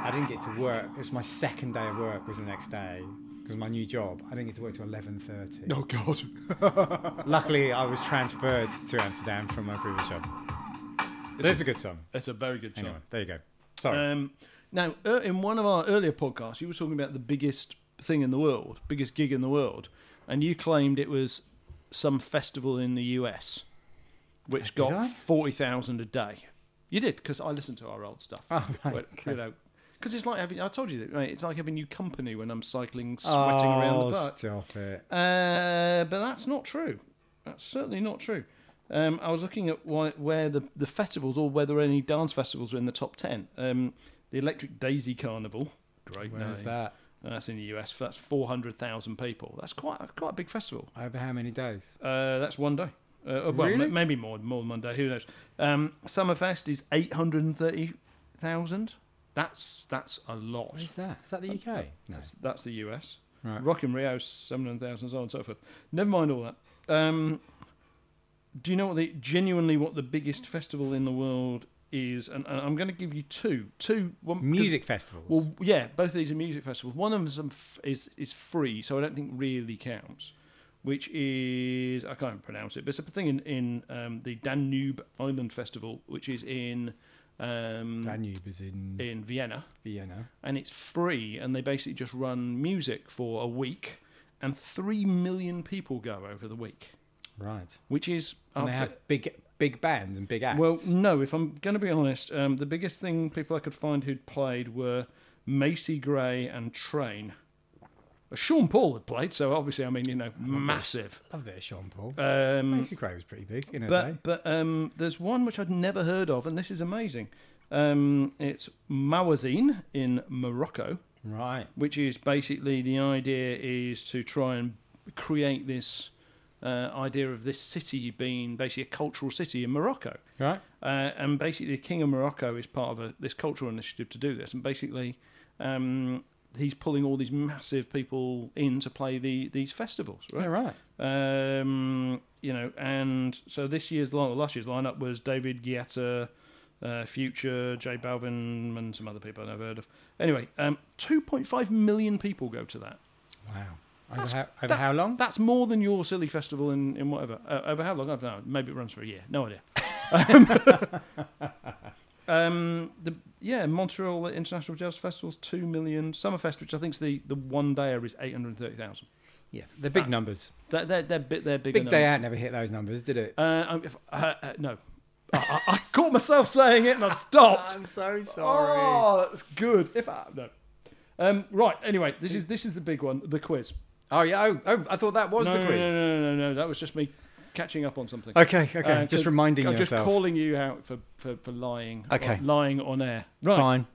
Speaker 1: I didn't get to work. It was my second day of work was the next day because my new job. I didn't get to work till eleven thirty.
Speaker 2: oh God.
Speaker 1: Luckily, I was transferred to Amsterdam from my previous job. So this is a good song.
Speaker 2: It's a very good
Speaker 1: Anyway,
Speaker 2: song.
Speaker 1: there you go. Sorry.
Speaker 2: Um, now, er, in one of our earlier podcasts, you were talking about the biggest thing in the world, biggest gig in the world, and you claimed it was some festival in the US,
Speaker 1: Did
Speaker 2: which got
Speaker 1: I?
Speaker 2: forty thousand a day. You did because I listened to our old stuff.
Speaker 1: Oh, right,
Speaker 2: But,
Speaker 1: okay.
Speaker 2: You know, because it's like having—I told you that, mate. It's like having new company when I'm cycling, sweating around the
Speaker 1: Oh,
Speaker 2: park.
Speaker 1: Stop it.
Speaker 2: Uh, but that's not true. That's certainly not true. Um, I was looking at why, where the, the festivals or whether any dance festivals were in the top 10. Um, the Electric Daisy Carnival. Great
Speaker 1: Where's
Speaker 2: name.
Speaker 1: that?
Speaker 2: That's in the US. That's 400,000 people. That's quite a, quite a big festival.
Speaker 1: Over how many days?
Speaker 2: Uh, that's one day. Uh, well,
Speaker 1: Really?
Speaker 2: m- maybe more, more than one day. Who knows? Um, Summerfest is 830,000. That's that's a lot.
Speaker 1: Where's that? Is that the UK? No.
Speaker 2: That's, that's the US.
Speaker 1: Right.
Speaker 2: Rock in Rio, 700,000, so on and so forth. Never mind all that. Um, do you know what the genuinely what the biggest festival in the world is? And, and I'm going to give you two, two one 'cause-
Speaker 1: Music festivals.
Speaker 2: Well, yeah, both of these are music festivals. One of them is is free, so I don't think really counts. Which is I can't pronounce it, but it's a thing in in um, the Danube Island Festival, which is in um,
Speaker 1: Danube is in
Speaker 2: in Vienna
Speaker 1: Vienna.
Speaker 2: and it's free and they basically just run music for a week and 3 million people go over the week
Speaker 1: Right.
Speaker 2: which is
Speaker 1: And they
Speaker 2: I
Speaker 1: have
Speaker 2: thi-
Speaker 1: big big bands and big acts?
Speaker 2: Well, no, if I'm going to be honest, um, the biggest thing people I could find who'd played were Macy Gray and Train. Uh, Sean Paul had played, so obviously, I mean, you know, massive.
Speaker 1: love a bit of Sean Paul.
Speaker 2: Um,
Speaker 1: Macy Gray was pretty big in her day.
Speaker 2: but but um, there's one which I'd never heard of, and this is amazing. Um, it's Mawazine in Morocco,
Speaker 1: Right.
Speaker 2: which is basically the idea is to try and create this uh, idea of this city being basically a cultural city in Morocco.
Speaker 1: Right.
Speaker 2: Uh, and basically, the King of Morocco is part of a, this cultural initiative to do this. And basically, um, he's pulling all these massive people in to play the, these festivals,
Speaker 1: Yeah, right.
Speaker 2: right? Um, you know, and so this year's line, last year's lineup was David Guetta, uh, Future, J Balvin, and some other people I've never heard of. Anyway, um, 2.5 million people go to that.
Speaker 1: Wow. Over,
Speaker 2: That's-
Speaker 1: how, over
Speaker 2: that-
Speaker 1: how long?
Speaker 2: That's more than your silly festival in, in whatever. Uh, over how long? I don't know. Maybe it runs for a year. No idea. um, the, yeah, Montreal International Jazz Festival's 2 million. Summerfest, which I think is the, the one dayer, is 830,000.
Speaker 1: Yeah, they're big numbers.
Speaker 2: They're, they're, they're, bit, they're bigger
Speaker 1: Big Day
Speaker 2: numbers.
Speaker 1: Out never hit those numbers, did it?
Speaker 2: Uh, um, if, uh, uh, no. I, I, I caught myself saying it and I stopped.
Speaker 1: so
Speaker 2: oh, that's good. If I, no. Um, right. Anyway, this is this is the big one, the quiz.
Speaker 1: Oh yeah. Oh, oh I thought that was
Speaker 2: no,
Speaker 1: the quiz.
Speaker 2: No, no, no, no, no. That was just me catching up on something.
Speaker 1: Okay. Okay.
Speaker 2: Uh,
Speaker 1: just
Speaker 2: 'cause
Speaker 1: reminding
Speaker 2: I'm
Speaker 1: yourself.
Speaker 2: just calling you out for, for, for lying.
Speaker 1: Okay.
Speaker 2: Or lying on air. Right.
Speaker 1: Fine.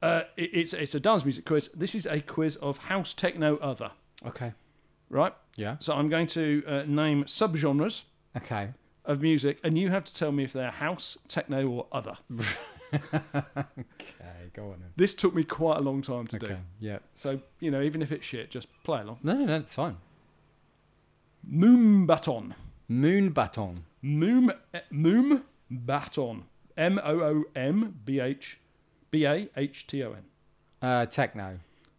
Speaker 2: Uh, it, it's it's a dance music quiz. This is a quiz of house techno other.
Speaker 1: Okay.
Speaker 2: Right.
Speaker 1: Yeah.
Speaker 2: So I'm going to uh, name subgenres
Speaker 1: Okay.
Speaker 2: of music, and you have to tell me if they're house, techno, or other.
Speaker 1: Okay. Go on.
Speaker 2: This took me quite a long time to
Speaker 1: Then.
Speaker 2: do.
Speaker 1: Okay. Yeah.
Speaker 2: So you know, even if it's shit, just play along.
Speaker 1: No, no, no. It's fine.
Speaker 2: Moom baton.
Speaker 1: Moon baton.
Speaker 2: Moom eh, Moom baton. M O O M B H B A H T O N.
Speaker 1: Uh, techno.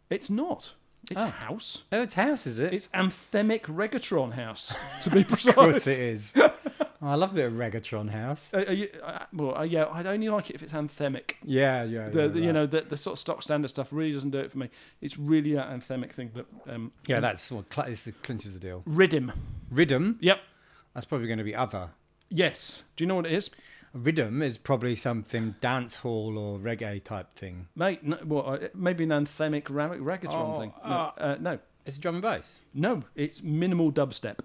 Speaker 2: It's not. It's
Speaker 1: Oh.
Speaker 2: house.
Speaker 1: Oh, it's house, is it?
Speaker 2: It's anthemic reggaeton house, to be precise.
Speaker 1: of course it is. oh, I love a bit of reggaeton house.
Speaker 2: Uh, uh, you- uh, well, uh, yeah, I'd only like it if it's anthemic.
Speaker 1: Yeah. Yeah.
Speaker 2: The,
Speaker 1: yeah,
Speaker 2: the,
Speaker 1: right.
Speaker 2: You know, the, the sort of stock standard stuff really doesn't do it for me. It's really that anthemic thing that. Um,
Speaker 1: Yeah, that's what cl- is the clinches the deal.
Speaker 2: Rhythm.
Speaker 1: Rhythm.
Speaker 2: Yep.
Speaker 1: That's probably going to be other.
Speaker 2: Yes. Do you know what it is?
Speaker 1: Rhythm is probably something dance hall or reggae type thing.
Speaker 2: Mate, no, well, uh, maybe an anthemic ra- reggaeton
Speaker 1: Oh,
Speaker 2: thing. No,
Speaker 1: uh,
Speaker 2: uh, no.
Speaker 1: It's drum and bass.
Speaker 2: No, it's minimal dubstep.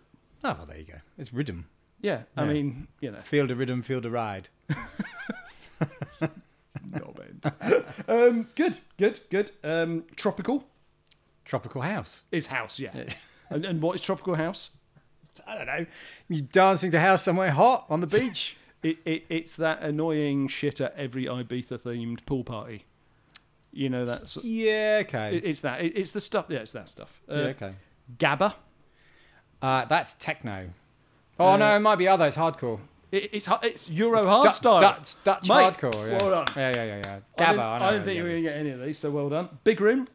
Speaker 1: Oh, well, there you go. It's rhythm.
Speaker 2: Yeah, I
Speaker 1: Yeah.
Speaker 2: mean, you know.
Speaker 1: Field of rhythm, field of ride.
Speaker 2: um, good, good, good. Um, tropical
Speaker 1: Tropical house.
Speaker 2: is house, yeah. and, and what is tropical house?
Speaker 1: I don't know. You dancing to house somewhere hot on the beach.
Speaker 2: It, it, it's that annoying shit at every Ibiza themed pool party. You know that. sort-
Speaker 1: yeah. Okay.
Speaker 2: it, it's that. It, it's the stuff. Yeah, it's that stuff. Uh,
Speaker 1: yeah. Okay.
Speaker 2: Gabba.
Speaker 1: Uh, that's techno. Oh no, it might be other. It's hardcore.
Speaker 2: It, it's hu- it's Euro
Speaker 1: Du-
Speaker 2: hard style.
Speaker 1: Dutch, Dutch
Speaker 2: Mate,
Speaker 1: hardcore. Yeah.
Speaker 2: well done.
Speaker 1: yeah. Yeah. Yeah. Yeah.
Speaker 2: I
Speaker 1: Gabba.
Speaker 2: didn't,
Speaker 1: I,
Speaker 2: I
Speaker 1: know,
Speaker 2: didn't think you
Speaker 1: yeah.
Speaker 2: were going to get any of these, so well done. Big room.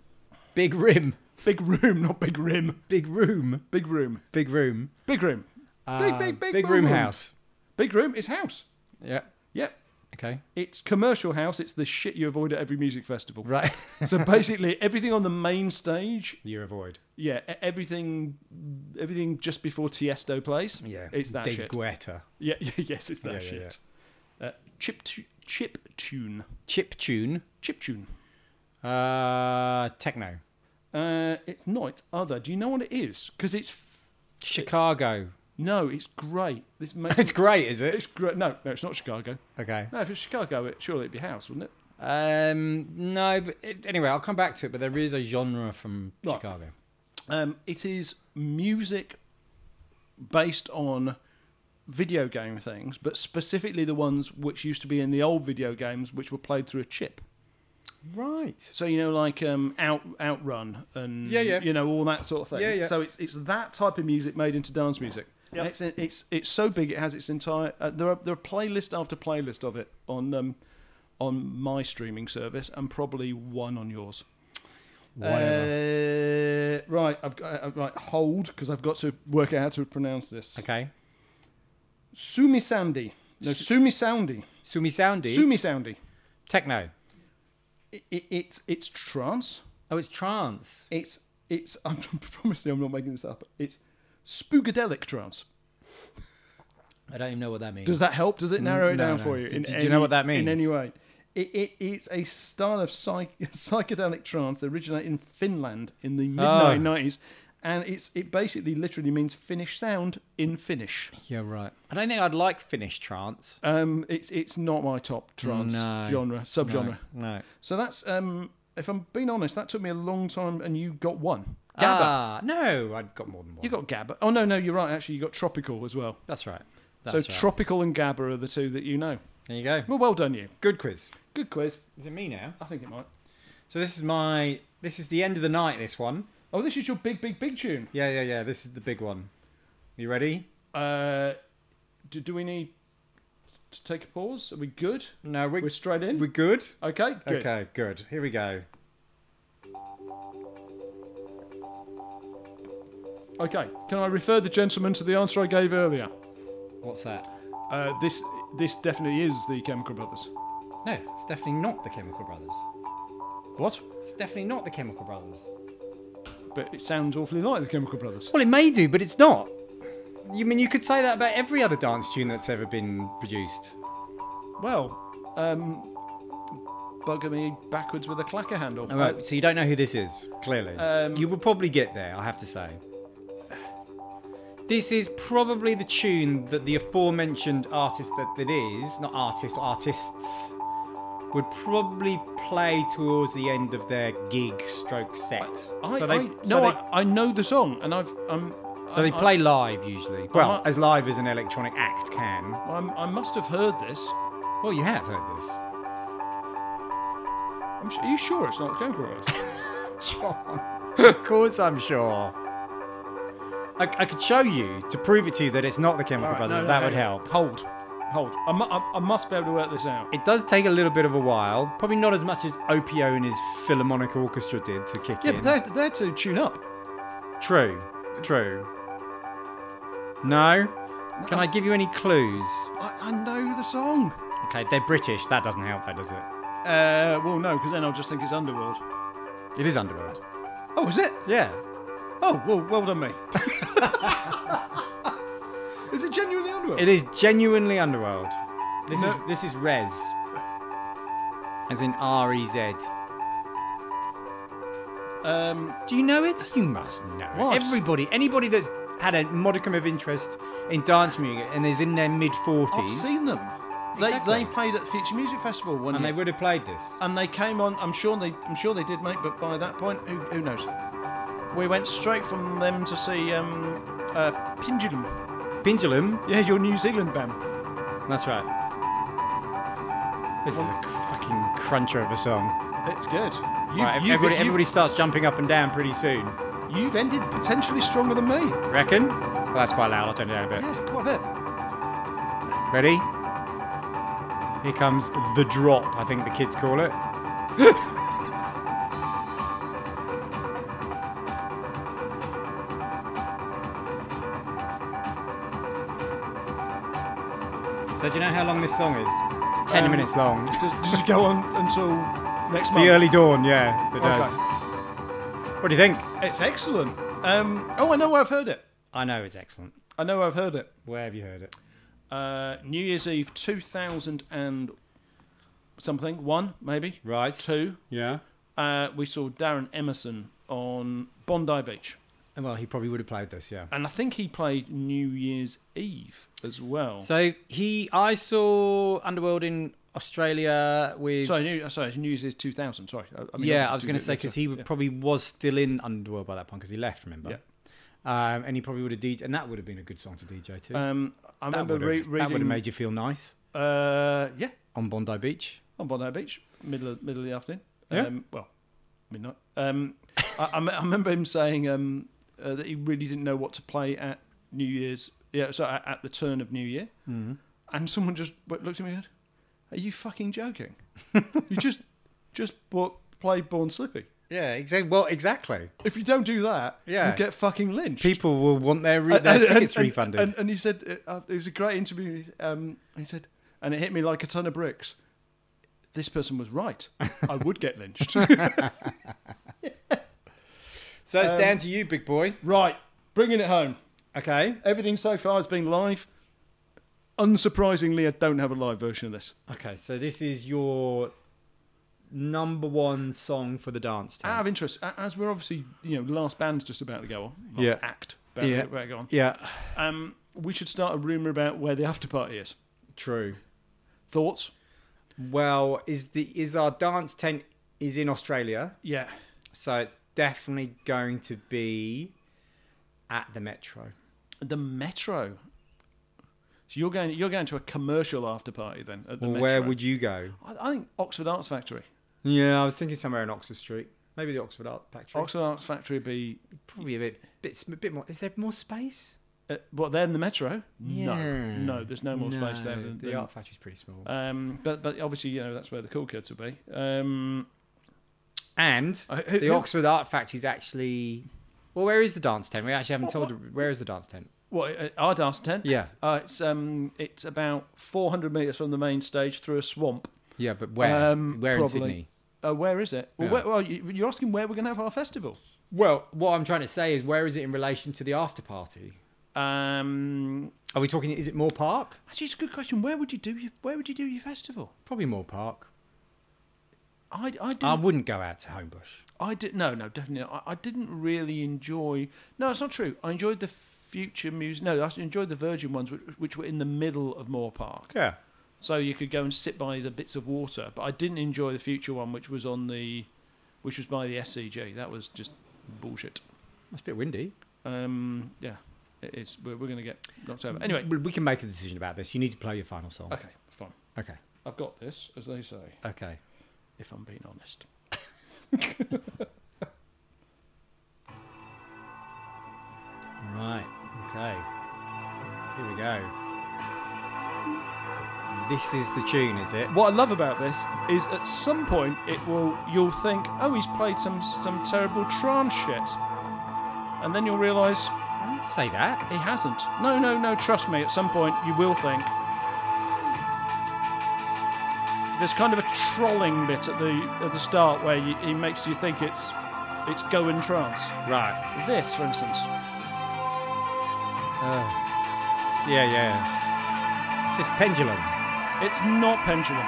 Speaker 1: Big rim.
Speaker 2: Big room, not big rim.
Speaker 1: Big room.
Speaker 2: Big room.
Speaker 1: Big room.
Speaker 2: Big room.
Speaker 1: Uh,
Speaker 2: big, big, big,
Speaker 1: big room house.
Speaker 2: Big room is house.
Speaker 1: Yeah.
Speaker 2: Yep.
Speaker 1: Okay.
Speaker 2: It's commercial house. It's the shit you avoid at every music festival.
Speaker 1: Right.
Speaker 2: so basically, everything on the main stage,
Speaker 1: You avoid.
Speaker 2: yeah, e- everything, everything just before Tiesto plays, it's that
Speaker 1: De
Speaker 2: shit.
Speaker 1: Guetta.
Speaker 2: Yeah, yeah, yes, it's that
Speaker 1: Yeah, yeah,
Speaker 2: shit. Uh, chip, tu- chip tune,
Speaker 1: Chip tune.
Speaker 2: chip tune.
Speaker 1: Uh, techno.
Speaker 2: Uh, it's not. It's other. Do you know what it is? Because it's f-
Speaker 1: Chicago.
Speaker 2: no. It's great. This ma-
Speaker 1: It's great, is it?
Speaker 2: it's great. No, no, it's not Chicago.
Speaker 1: Okay.
Speaker 2: No, if it's Chicago, it, surely it'd be house, wouldn't it?
Speaker 1: Um, no, but it, anyway, I'll come back to it. But there is a genre from
Speaker 2: Right.
Speaker 1: Chicago.
Speaker 2: Um, it is music based on video game things, but specifically the ones which used to be in the old video games, which were played through a chip.
Speaker 1: Right.
Speaker 2: So you know, like um, out outrun and
Speaker 1: Yeah, yeah.
Speaker 2: you know all that sort of thing.
Speaker 1: Yeah, yeah.
Speaker 2: So it's it's that type of music made into dance music. And It's, it's it's so big it has its entire. Uh, there are there are playlist after playlist of it on um, on my streaming service and probably one on yours.
Speaker 1: Whatever.
Speaker 2: Uh, right, I've got uh, right hold because I've got to work out how to pronounce this.
Speaker 1: okay.
Speaker 2: Sumi Sandy. No, Sumi Soundy.
Speaker 1: Sumi Soundy.
Speaker 2: Sumi Soundy.
Speaker 1: techno.
Speaker 2: It, it, it's it's trance.
Speaker 1: Oh, it's trance.
Speaker 2: It's it's. I'm promising I'm not making this up. It's spoogadelic trance.
Speaker 1: I don't even know what that means.
Speaker 2: Does that help? Does it narrow it
Speaker 1: Mm, no,
Speaker 2: down
Speaker 1: no.
Speaker 2: for you?
Speaker 1: Do-
Speaker 2: in
Speaker 1: do you know what that
Speaker 2: In
Speaker 1: means?
Speaker 2: any way, it, it, it's a style of psych, psychedelic trance that originated in Finland in the mid
Speaker 1: Oh.
Speaker 2: 1990s, and it's it basically literally means Finnish sound in Finnish.
Speaker 1: yeah, right. I don't think I'd like Finnish trance.
Speaker 2: Um, it's it's not my top trance
Speaker 1: No.
Speaker 2: genre subgenre.
Speaker 1: No.
Speaker 2: So that's um, if I'm being honest, that took me a long time, and you got one. Gabba.
Speaker 1: Ah, no, I've got more than one.
Speaker 2: You got Gabba. Oh no, no, you're right. Actually, you got tropical as well.
Speaker 1: That's right.
Speaker 2: so
Speaker 1: That's right.
Speaker 2: tropical and Gabba are the two that you know.
Speaker 1: There you go.
Speaker 2: Well, well done you.
Speaker 1: Good quiz.
Speaker 2: Good quiz.
Speaker 1: Is it me now?
Speaker 2: I think it might.
Speaker 1: So this is my. This is the end of the night. This one.
Speaker 2: Oh, this is your big, big, big tune.
Speaker 1: Yeah, yeah, yeah. This is the big one. You ready?
Speaker 2: Uh, do, do we need to take a pause? Are we good?
Speaker 1: No, we,
Speaker 2: We're straight in.
Speaker 1: we're good.
Speaker 2: okay. Good.
Speaker 1: Okay, good. Here we go.
Speaker 2: Okay. Can I refer the gentleman to the answer I gave earlier?
Speaker 1: What's that?
Speaker 2: Uh, this this definitely is the Chemical Brothers.
Speaker 1: No, it's definitely not the Chemical Brothers.
Speaker 2: What?
Speaker 1: It's definitely not the Chemical Brothers.
Speaker 2: But it sounds awfully like the Chemical Brothers.
Speaker 1: Well, it may do, but it's not. You mean you could say that about every other dance tune that's ever been produced?
Speaker 2: Well, um, bugger me backwards with a clacker handle.
Speaker 1: All right, so you don't know who this is, clearly.
Speaker 2: Uh, Um,
Speaker 1: you will probably get there, I have to say. This is probably the tune that the aforementioned artist that it is, not artist, artists, would probably play towards the end of their gig stroke set.
Speaker 2: I,
Speaker 1: so they,
Speaker 2: I,
Speaker 1: so
Speaker 2: no,
Speaker 1: they,
Speaker 2: I, I know the song, and I've I'm.
Speaker 1: so they
Speaker 2: I- Uh-huh. I-
Speaker 1: play live usually. Well,
Speaker 2: not-
Speaker 1: as live as an electronic act can.
Speaker 2: I'm, I must have heard this.
Speaker 1: Well, you have heard this.
Speaker 2: I'm su- are you sure it's not the Chemical Brothers?
Speaker 1: of course, I'm sure. I, I could show you to prove it to you that it's not the Chemical
Speaker 2: All right,
Speaker 1: Brothers.
Speaker 2: no, no,
Speaker 1: that
Speaker 2: no,
Speaker 1: would
Speaker 2: no.
Speaker 1: help.
Speaker 2: Hold, hold. I, mu- I, I must be able to work this out.
Speaker 1: It does take a little bit of a while. Probably not as much as OPO and his Philharmonic Orchestra did to kick
Speaker 2: Yeah,
Speaker 1: in.
Speaker 2: but they're, they're to tune up.
Speaker 1: True. True. No? Can I give you any clues?
Speaker 2: I, I know the song.
Speaker 1: Okay, they're British. That doesn't help, though, does it?
Speaker 2: Uh, well, no, because then I'll just think it's Underworld.
Speaker 1: It is Underworld.
Speaker 2: Oh, is it?
Speaker 1: Yeah.
Speaker 2: Oh, well, well done me. is it genuinely Underworld?
Speaker 1: It is genuinely Underworld. This, is,
Speaker 2: No.
Speaker 1: this is Rez. As in R E Z.
Speaker 2: um,
Speaker 1: Do you know it? You must know it.
Speaker 2: What?
Speaker 1: Everybody, anybody that's had a modicum of interest in dance music and is in their mid
Speaker 2: I've
Speaker 1: 40s,
Speaker 2: seen them.
Speaker 1: Exactly.
Speaker 2: They, they played at the Future Music Festival one
Speaker 1: and
Speaker 2: year.
Speaker 1: they would have played this.
Speaker 2: and they came on. I'm sure they, I'm sure they did, mate. But by that point, who, who knows? We went straight from them to see um, uh, Pendulum.
Speaker 1: Pendulum.
Speaker 2: Yeah, your New Zealand band.
Speaker 1: That's right. This is a fucking cruncher of a song.
Speaker 2: It's good. You've,
Speaker 1: Right,
Speaker 2: you've,
Speaker 1: everybody,
Speaker 2: you've-
Speaker 1: everybody starts jumping up and down pretty soon.
Speaker 2: you've ended potentially stronger than me.
Speaker 1: Reckon? Well, that's quite loud. I'll turn it down a bit.
Speaker 2: Yeah, quite a
Speaker 1: Ready? Here comes the drop, I think the kids call it. so, do you know how long this song is? It's 10
Speaker 2: Um,
Speaker 1: minutes long.
Speaker 2: bit. Does, does it go on until next
Speaker 1: The
Speaker 2: month?
Speaker 1: early dawn, yeah, it
Speaker 2: Okay.
Speaker 1: does. What do you think?
Speaker 2: It's excellent. Um, oh, I know where I've heard it.
Speaker 1: I know it's excellent.
Speaker 2: I know where I've heard it.
Speaker 1: Where have you heard it?
Speaker 2: Uh, New Year's Eve 2000 and something, one maybe,
Speaker 1: Right.
Speaker 2: two.
Speaker 1: Yeah.
Speaker 2: Uh, we saw Darren Emerson on Bondi Beach,
Speaker 1: Well, he probably would have played this, yeah.
Speaker 2: and I think he played New Year's Eve as well.
Speaker 1: So he, I saw Underworld in Australia with.
Speaker 2: sorry, new, uh, sorry, it's New Year's Eve 2000. Sorry. I, I mean,
Speaker 1: yeah,
Speaker 2: obviously
Speaker 1: I was going to say because he would
Speaker 2: yeah.
Speaker 1: probably was still in Underworld by that point because he left. Remember.
Speaker 2: Yeah.
Speaker 1: Um, and he probably would have DJ, and that would have been a good song to DJ too.
Speaker 2: Um, I
Speaker 1: that
Speaker 2: remember
Speaker 1: would have
Speaker 2: re-
Speaker 1: that would
Speaker 2: reading.
Speaker 1: have made you feel nice
Speaker 2: uh, yeah,
Speaker 1: on Bondi Beach.
Speaker 2: on Bondi Beach, middle of, middle of the afternoon.
Speaker 1: Yeah.
Speaker 2: Um, well, midnight. Um, I, I me- I remember him saying um, uh, that he really didn't know what to play at New Year's. Yeah, so at, at the turn of New Year,
Speaker 1: Mm-hmm.
Speaker 2: and someone just w- looked at me and said, "Are you fucking joking? you just just bought, played Born Slippy.
Speaker 1: Yeah, exactly. Well, exactly.
Speaker 2: If you don't do that,
Speaker 1: Yeah.
Speaker 2: you get fucking lynched."
Speaker 1: People will want their, re- their tickets refunded.
Speaker 2: And, and he said, uh, it was a great interview. Um, he said, and it hit me like a ton of bricks. This person was right. I would get lynched.
Speaker 1: so it's down to you, big boy.
Speaker 2: right, bringing it home.
Speaker 1: Um, Okay.
Speaker 2: Everything so far has been live. Unsurprisingly, I don't have a live version of this.
Speaker 4: Okay, so this is your number one song for the dance team.
Speaker 2: Out of interest, a- as we're obviously, you know, last band's just about to go on. Last
Speaker 1: Yeah.
Speaker 2: Act. About
Speaker 1: Yeah.
Speaker 2: to about to go on.
Speaker 1: Yeah.
Speaker 2: Um, we should start a rumour about where the after party is.
Speaker 4: True.
Speaker 2: Thoughts?
Speaker 1: Well, is the is our dance tent is in Australia,
Speaker 2: Yeah.
Speaker 1: so it's definitely going to be at the Metro.
Speaker 2: The Metro. So you're going you're going to a commercial after party then at the
Speaker 1: Well,
Speaker 2: Metro.
Speaker 1: where would you go?
Speaker 2: I, I think Oxford Arts Factory.
Speaker 1: Yeah, I was thinking somewhere in Oxford Street, maybe the Oxford Art Factory.
Speaker 2: Oxford Arts Factory would be
Speaker 1: Probably a bit, bit, sm- bit more. Is there more space?
Speaker 2: uh, what there in the Metro?
Speaker 1: Yeah.
Speaker 2: No, no, there's no more space there.
Speaker 1: No,
Speaker 2: Than,
Speaker 1: the
Speaker 2: than-
Speaker 1: art factory's pretty small.
Speaker 2: um, but but obviously you know that's where the cool kids will be. Um,
Speaker 1: and
Speaker 2: I- uh, who-
Speaker 1: the
Speaker 2: who-
Speaker 1: Oxford Art Factory's actually. Well, where is the dance tent? We actually haven't told. Where is the dance tent?
Speaker 2: What uh, our dance tent?
Speaker 1: Yeah.
Speaker 2: uh, it's um, it's about 400 meters from the main stage through a swamp.
Speaker 1: Yeah, but where?
Speaker 2: Um,
Speaker 1: where in
Speaker 2: probably.
Speaker 1: Sydney?
Speaker 2: Uh, where is it? Well,
Speaker 1: Yeah.
Speaker 2: where, well, you- you're asking where we're going to have our festival.
Speaker 1: Well, what I'm trying to say is, where is it in relation to the after party?
Speaker 2: Um,
Speaker 1: Are we talking? Is it Moore Park?
Speaker 2: actually, it's a good question. Where would you do your Where would you do your festival?
Speaker 1: Probably Moore Park.
Speaker 2: I, I didn't.
Speaker 1: I wouldn't go out to Homebush.
Speaker 2: I did. No, no, definitely. Not. I, I didn't really enjoy. No, it's not true. I enjoyed the future music. No, I enjoyed the Virgin ones, which, which were in the middle of Moore Park.
Speaker 1: Yeah.
Speaker 2: so you could go and sit by the bits of water. But I didn't enjoy the future one, which was on the, which was by the SCG. That was just bullshit.
Speaker 1: That's a bit windy.
Speaker 2: Um, yeah, it is. We're, we're going to get knocked over. Anyway,
Speaker 1: we we can make a decision about this. You need to play your final song.
Speaker 2: okay, fine.
Speaker 1: Okay.
Speaker 2: I've got this, as they say.
Speaker 1: Okay.
Speaker 2: If I'm being honest.
Speaker 4: All right. Okay.
Speaker 1: Here we go. This is the tune, is it?
Speaker 2: What I love about this is, at some point, it will. You'll think, oh, he's played some some terrible trance shit, and then you'll realise
Speaker 1: I didn't say that.
Speaker 2: he hasn't. No, no, no. Trust me. At some point, you will think. There's kind of a trolling bit at the at the start where you, he makes you think it's it's go in trance.
Speaker 1: Right.
Speaker 2: This, for instance.
Speaker 1: Yeah, yeah. It's this pendulum.
Speaker 2: It's not pendulum.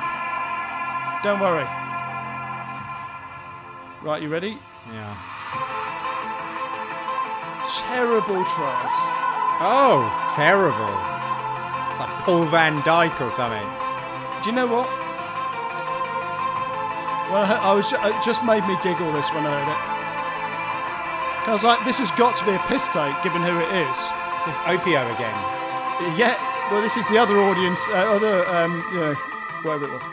Speaker 2: Don't worry. Right, you ready?
Speaker 1: Yeah.
Speaker 2: Terrible trials.
Speaker 1: Oh, terrible. Like Paul Van Dyke or something.
Speaker 2: Do you know what? Well, I, I was ju- it just made me giggle this when I heard it. 'Cause I was like, this has got to be a piss take, given who it is.
Speaker 1: It's Opio again.
Speaker 2: Yeah. Well, this is the other audience, uh, other um, you know, whatever it was.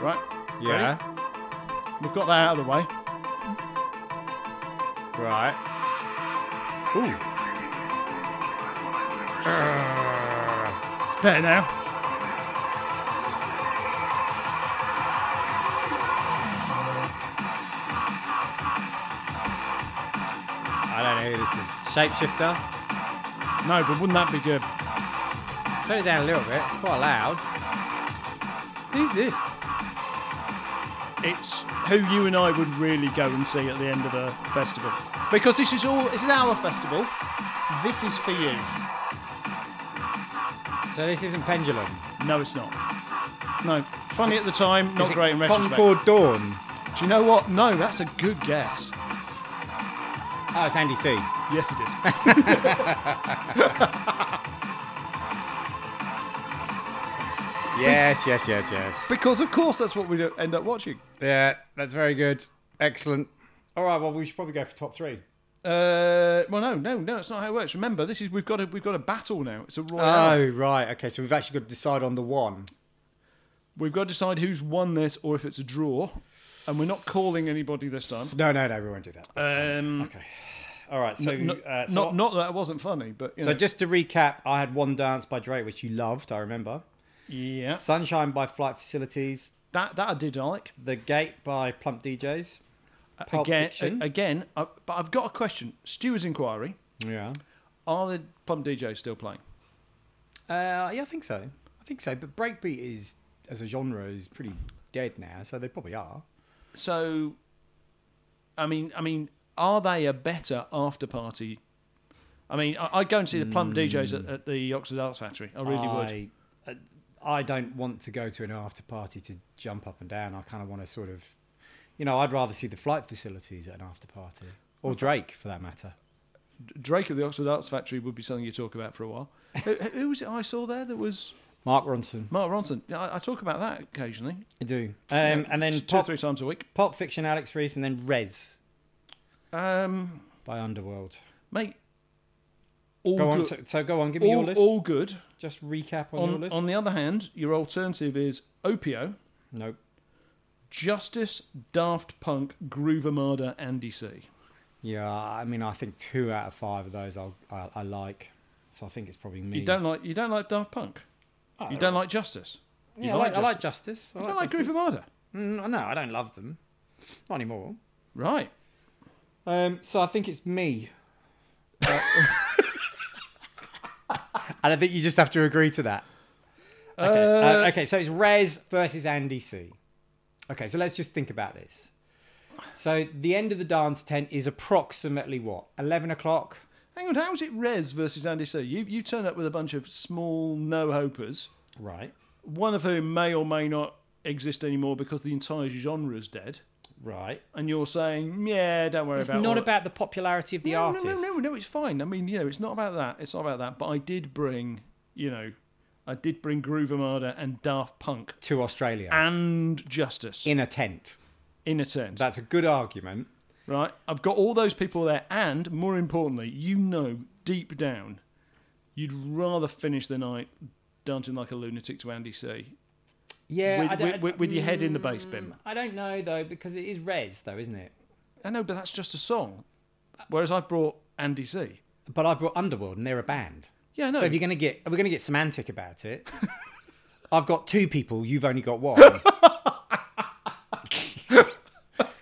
Speaker 2: Right.
Speaker 1: Yeah.
Speaker 2: We've got that out of the way.
Speaker 1: Right. Ooh.
Speaker 2: It's better now.
Speaker 1: I don't know who this is. Shapeshifter.
Speaker 2: No, but wouldn't that be good?
Speaker 1: Turn it down a little bit. It's quite loud. Who's this?
Speaker 2: It's who you and I would really go and see at the end of a festival, because this is all. This is our festival. This is for you.
Speaker 1: So this isn't Pendulum.
Speaker 2: No, it's not. No, funny at the time, not
Speaker 1: Is it
Speaker 2: great in retrospect.
Speaker 1: Concord Dawn.
Speaker 2: Do you know what? No, that's a good guess.
Speaker 1: Oh, it's Andy C.
Speaker 2: Yes, it is.
Speaker 1: Yes, yes, yes, yes.
Speaker 2: because of course that's what we do- end up watching.
Speaker 1: Yeah, that's very good. Excellent. All right, well, we should probably go for top three.
Speaker 2: Uh, well, no, no, no. It's not how it works. Remember, this is we've got a we've got a battle now. It's a royal.
Speaker 1: Oh, right. Okay, so we've actually got to decide on the one.
Speaker 2: We've got to decide who's won this or if it's a draw, and we're not calling anybody this time.
Speaker 1: No, no, no, we won't do that.
Speaker 2: Um,
Speaker 1: All right, so,
Speaker 2: no-
Speaker 1: uh, so,
Speaker 2: not not that it wasn't funny, but you
Speaker 1: so
Speaker 2: know,
Speaker 1: just to recap, I had One Dance by Drake, which you loved, I remember.
Speaker 2: yeah,
Speaker 1: Sunshine by Flight Facilities.
Speaker 2: that that I did like
Speaker 1: The Gate by Plump DJs. Pulp
Speaker 2: again.
Speaker 1: Fiction.
Speaker 2: a- Again, I, but I've got a question. Stewart's inquiry:
Speaker 1: Yeah.
Speaker 2: Are the Plum DJs still playing?
Speaker 1: Uh, yeah, I think so. I think so. But breakbeat is, as a genre, is pretty dead now, so they probably are.
Speaker 2: So, I mean, I mean, are they a better after party I mean, I, I'd go and see the Plump DJs at, at the Oxford Arts Factory. I really would.
Speaker 1: Hmm. I, would. I don't want to go to an after party to jump up and down. I kind of want to sort of, you know, I'd rather see the flight facilities at an after party or Drake for that matter.
Speaker 2: D- Drake at the Oxford Arts Factory would be something you talk about for a while. who, who was it I saw there that was
Speaker 1: Mark Ronson,
Speaker 2: Mark Ronson? Yeah, I, I talk about that occasionally.
Speaker 1: I do. Um,
Speaker 2: Yeah,
Speaker 1: and then
Speaker 2: two or
Speaker 1: pop,
Speaker 2: three times a week.
Speaker 1: pop Fiction, Alex Reese, and then Rez
Speaker 2: Um,
Speaker 1: by Underworld.
Speaker 2: mate, all
Speaker 1: Go on,
Speaker 2: good.
Speaker 1: so, so go on, give me your
Speaker 2: all,
Speaker 1: list.
Speaker 2: all good.
Speaker 1: Just recap on, your
Speaker 2: On,
Speaker 1: list.
Speaker 2: on the other hand, your alternative is Opio,
Speaker 1: nope.
Speaker 2: Justice, Daft Punk, Groove Armada, and DC.
Speaker 1: Yeah, I mean, I think two out of five of those I'll, I, I like. So I think it's probably me.
Speaker 2: You don't like you don't like Daft Punk.
Speaker 1: Oh,
Speaker 2: you don't like Justice. You
Speaker 1: Yeah, I, like, I like Justice. I
Speaker 2: You don't like Groove
Speaker 1: Justice.
Speaker 2: Armada.
Speaker 1: Mm, no, I don't love them. Not anymore.
Speaker 2: Right.
Speaker 1: Um, so I think it's me. and I think you just have to agree to that. Okay, uh, okay so it's Rez versus Andy C. Okay, so let's just think about this. So the end of the dance tent is approximately what? 11 o'clock?
Speaker 2: Hang on, how's it Rez versus Andy C? You you turn up with a bunch of small no hopers,
Speaker 1: Right.
Speaker 2: one of whom may or may not exist anymore because the entire genre is dead.
Speaker 1: Right.
Speaker 2: And you're saying, yeah, don't worry
Speaker 1: It's
Speaker 2: about
Speaker 1: not
Speaker 2: all-
Speaker 1: about the popularity of the
Speaker 2: no,
Speaker 1: artist.
Speaker 2: No, no, no, no, it's fine. I mean, you know, it's not about that. It's not about that. But I did bring, you know, I did bring Groove Armada and Daft Punk
Speaker 1: To Australia.
Speaker 2: and Justice
Speaker 1: in a tent.
Speaker 2: in a tent.
Speaker 1: That's a good argument.
Speaker 2: right? I've got all those people there. And more importantly, you know deep down, you'd rather finish the night dancing like a lunatic to Andy C.
Speaker 1: Yeah. I
Speaker 2: with,
Speaker 1: don't- Mm,
Speaker 2: with, with, with your head in the bass bin.
Speaker 1: I don't know though, because it is Rez though, isn't it?
Speaker 2: I know, but that's just a song. Whereas I've brought Andy C.
Speaker 1: But I brought Underworld, and they're a band.
Speaker 2: Yeah, I know.
Speaker 1: So if you're gonna get, we're gonna get semantic about it. I've got two people. You've only got one.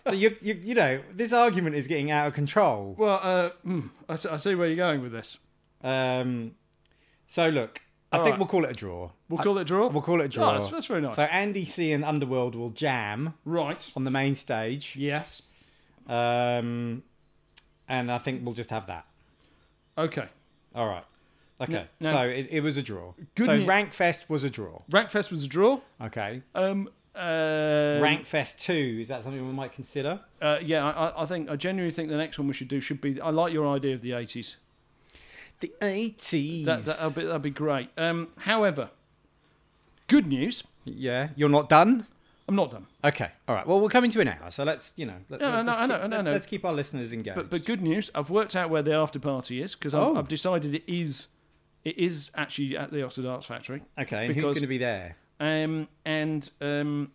Speaker 1: so you, you, you know, this argument is getting out of control.
Speaker 2: well, uh, hmm, I, see, I see where you're going with this.
Speaker 1: Um, so look, I
Speaker 2: All
Speaker 1: think
Speaker 2: right.
Speaker 1: we'll call it a draw.
Speaker 2: We'll call it a draw.
Speaker 1: We'll call it a
Speaker 2: Oh,
Speaker 1: draw.
Speaker 2: that's, that's very nice.
Speaker 1: So Andy C and Underworld will jam
Speaker 2: right.
Speaker 1: on the main stage.
Speaker 2: Yes.
Speaker 1: Um, and I think we'll just have that.
Speaker 2: Okay.
Speaker 1: All right. Okay.
Speaker 2: No, no.
Speaker 1: So it, it was a draw.
Speaker 2: Good
Speaker 1: so
Speaker 2: ne-
Speaker 1: Rank Fest was a draw.
Speaker 2: Rankfest was a draw.
Speaker 1: Okay.
Speaker 2: Um. Uh,
Speaker 1: Rank Fest 2, is that something we might consider?
Speaker 2: Uh, yeah, I, I- I think I genuinely think the next one we should do should be. I like your idea of the eighties.
Speaker 1: The 80s.
Speaker 2: That uh, that'll be that'll be great. Um. However, good news.
Speaker 1: Yeah. You're not done?
Speaker 2: I'm not done.
Speaker 1: Okay. All right. Well, we're coming to an hour. So let's, you know, let,
Speaker 2: No,
Speaker 1: let's
Speaker 2: no,
Speaker 1: keep,
Speaker 2: no, no,
Speaker 1: let,
Speaker 2: no.
Speaker 1: us keep our listeners engaged.
Speaker 2: But but good news. I've worked out where the after party is because I've,
Speaker 1: Oh.
Speaker 2: I've decided it is. It is actually at the Oxford Arts Factory.
Speaker 1: okay. And who's
Speaker 2: because-
Speaker 1: going to be there?
Speaker 2: Um. And um.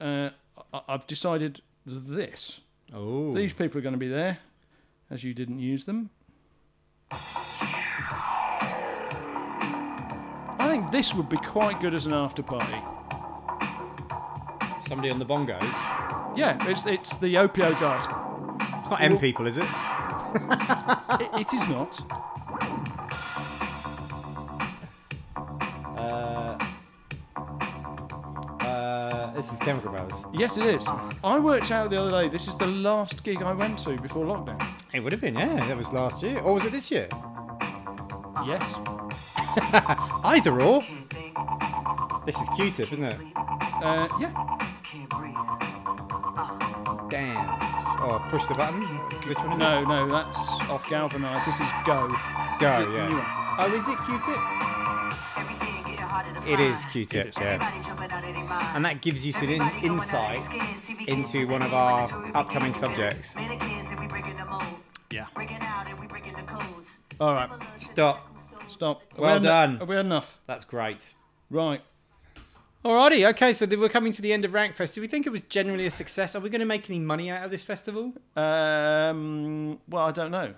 Speaker 2: Uh. I, I've decided this.
Speaker 1: Oh.
Speaker 2: These people are going to be there, as you didn't use them. I think this would be quite good as an after party.
Speaker 1: Somebody on the bongos.
Speaker 2: Yeah, it's it's the Opio guys.
Speaker 1: It's not M people, is it?
Speaker 2: It, it is not.
Speaker 1: Uh, uh, this is Chemical Brothers.
Speaker 2: Yes, it is. I worked out the other day. This is the last gig I went to before lockdown.
Speaker 1: It would have been, yeah. That was last year. Or was it this year?
Speaker 2: Yes.
Speaker 1: Either or. This is Q-Tip, isn't it?
Speaker 2: Uh, yeah.
Speaker 1: Dance. Oh, push the button. Which one is it?
Speaker 2: No, no, that's off galvanized. This is go.
Speaker 1: Go,
Speaker 2: Is it you?
Speaker 1: yeah. Oh, is it Q-Tip? It is
Speaker 2: It is.
Speaker 1: Q-Tip, yeah.
Speaker 4: yeah.
Speaker 1: And that gives you some in- insight into one of our upcoming subjects.
Speaker 2: Yeah.
Speaker 4: All
Speaker 2: right.
Speaker 1: Stop.
Speaker 2: Stop. Have we
Speaker 1: Well
Speaker 2: had enou-
Speaker 1: done.
Speaker 2: Have we had enough?
Speaker 1: That's great.
Speaker 2: Right.
Speaker 1: Alrighty, okay, so th- we're coming to the end of Rankfest. Do we think it was generally a success? Are we going to make any money out of this festival?
Speaker 2: Um. Well, I don't know.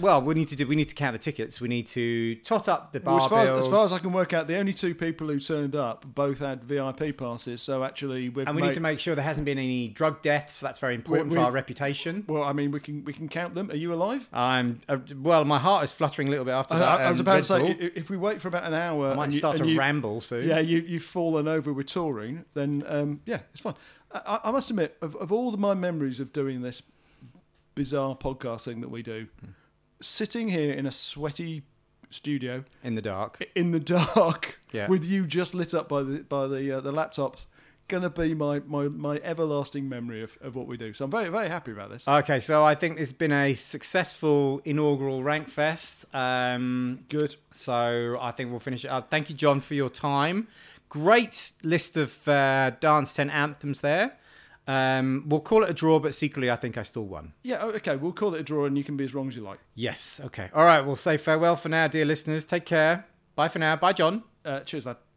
Speaker 1: Well, we need to do. We need to count the tickets. We need to tot up the bar
Speaker 2: Well, as, far,
Speaker 1: bills.
Speaker 2: as far as I can work out, the only two people who turned up both had VIP passes. So actually, we've
Speaker 1: and we
Speaker 2: made,
Speaker 1: need to make sure there hasn't been any drug deaths. that's very important for
Speaker 2: we-
Speaker 1: our reputation.
Speaker 2: Well, I mean, we can we can count them. Are you alive?
Speaker 1: I'm uh, well. My heart is fluttering a little bit after
Speaker 2: I,
Speaker 1: that.
Speaker 2: I
Speaker 1: um,
Speaker 2: was about
Speaker 1: Red
Speaker 2: to say,
Speaker 1: Bull.
Speaker 2: i- if we wait for about an hour,
Speaker 1: I might
Speaker 2: and you-
Speaker 1: start
Speaker 2: and
Speaker 1: to
Speaker 2: you-
Speaker 1: ramble soon.
Speaker 2: Yeah, you you've fallen over with taurine. Then um, yeah, it's fine. I, I I must admit, of, of all the, my memories of doing this bizarre podcast thing that we do, sitting here in a sweaty studio
Speaker 1: in the dark.
Speaker 2: in the dark
Speaker 1: Yeah.
Speaker 2: with you just lit up by the by the uh, the laptops gonna be my, my my everlasting memory of, of what we do so i'm very very happy about this
Speaker 1: Okay, so I think it's been a successful inaugural Rank Fest. Um,
Speaker 2: good
Speaker 1: So I think we'll finish it up. Thank you, John, for your time. Great list of uh, Dance 10 anthems there. Um, we'll call it a draw, but secretly, I think I still won.
Speaker 2: yeah oh, okay we'll call it a draw and you can be as wrong as you like
Speaker 1: Yes. Okay. All right. We'll say farewell for now, dear listeners. Take care. Bye for now. Bye, John.
Speaker 2: uh, cheers lad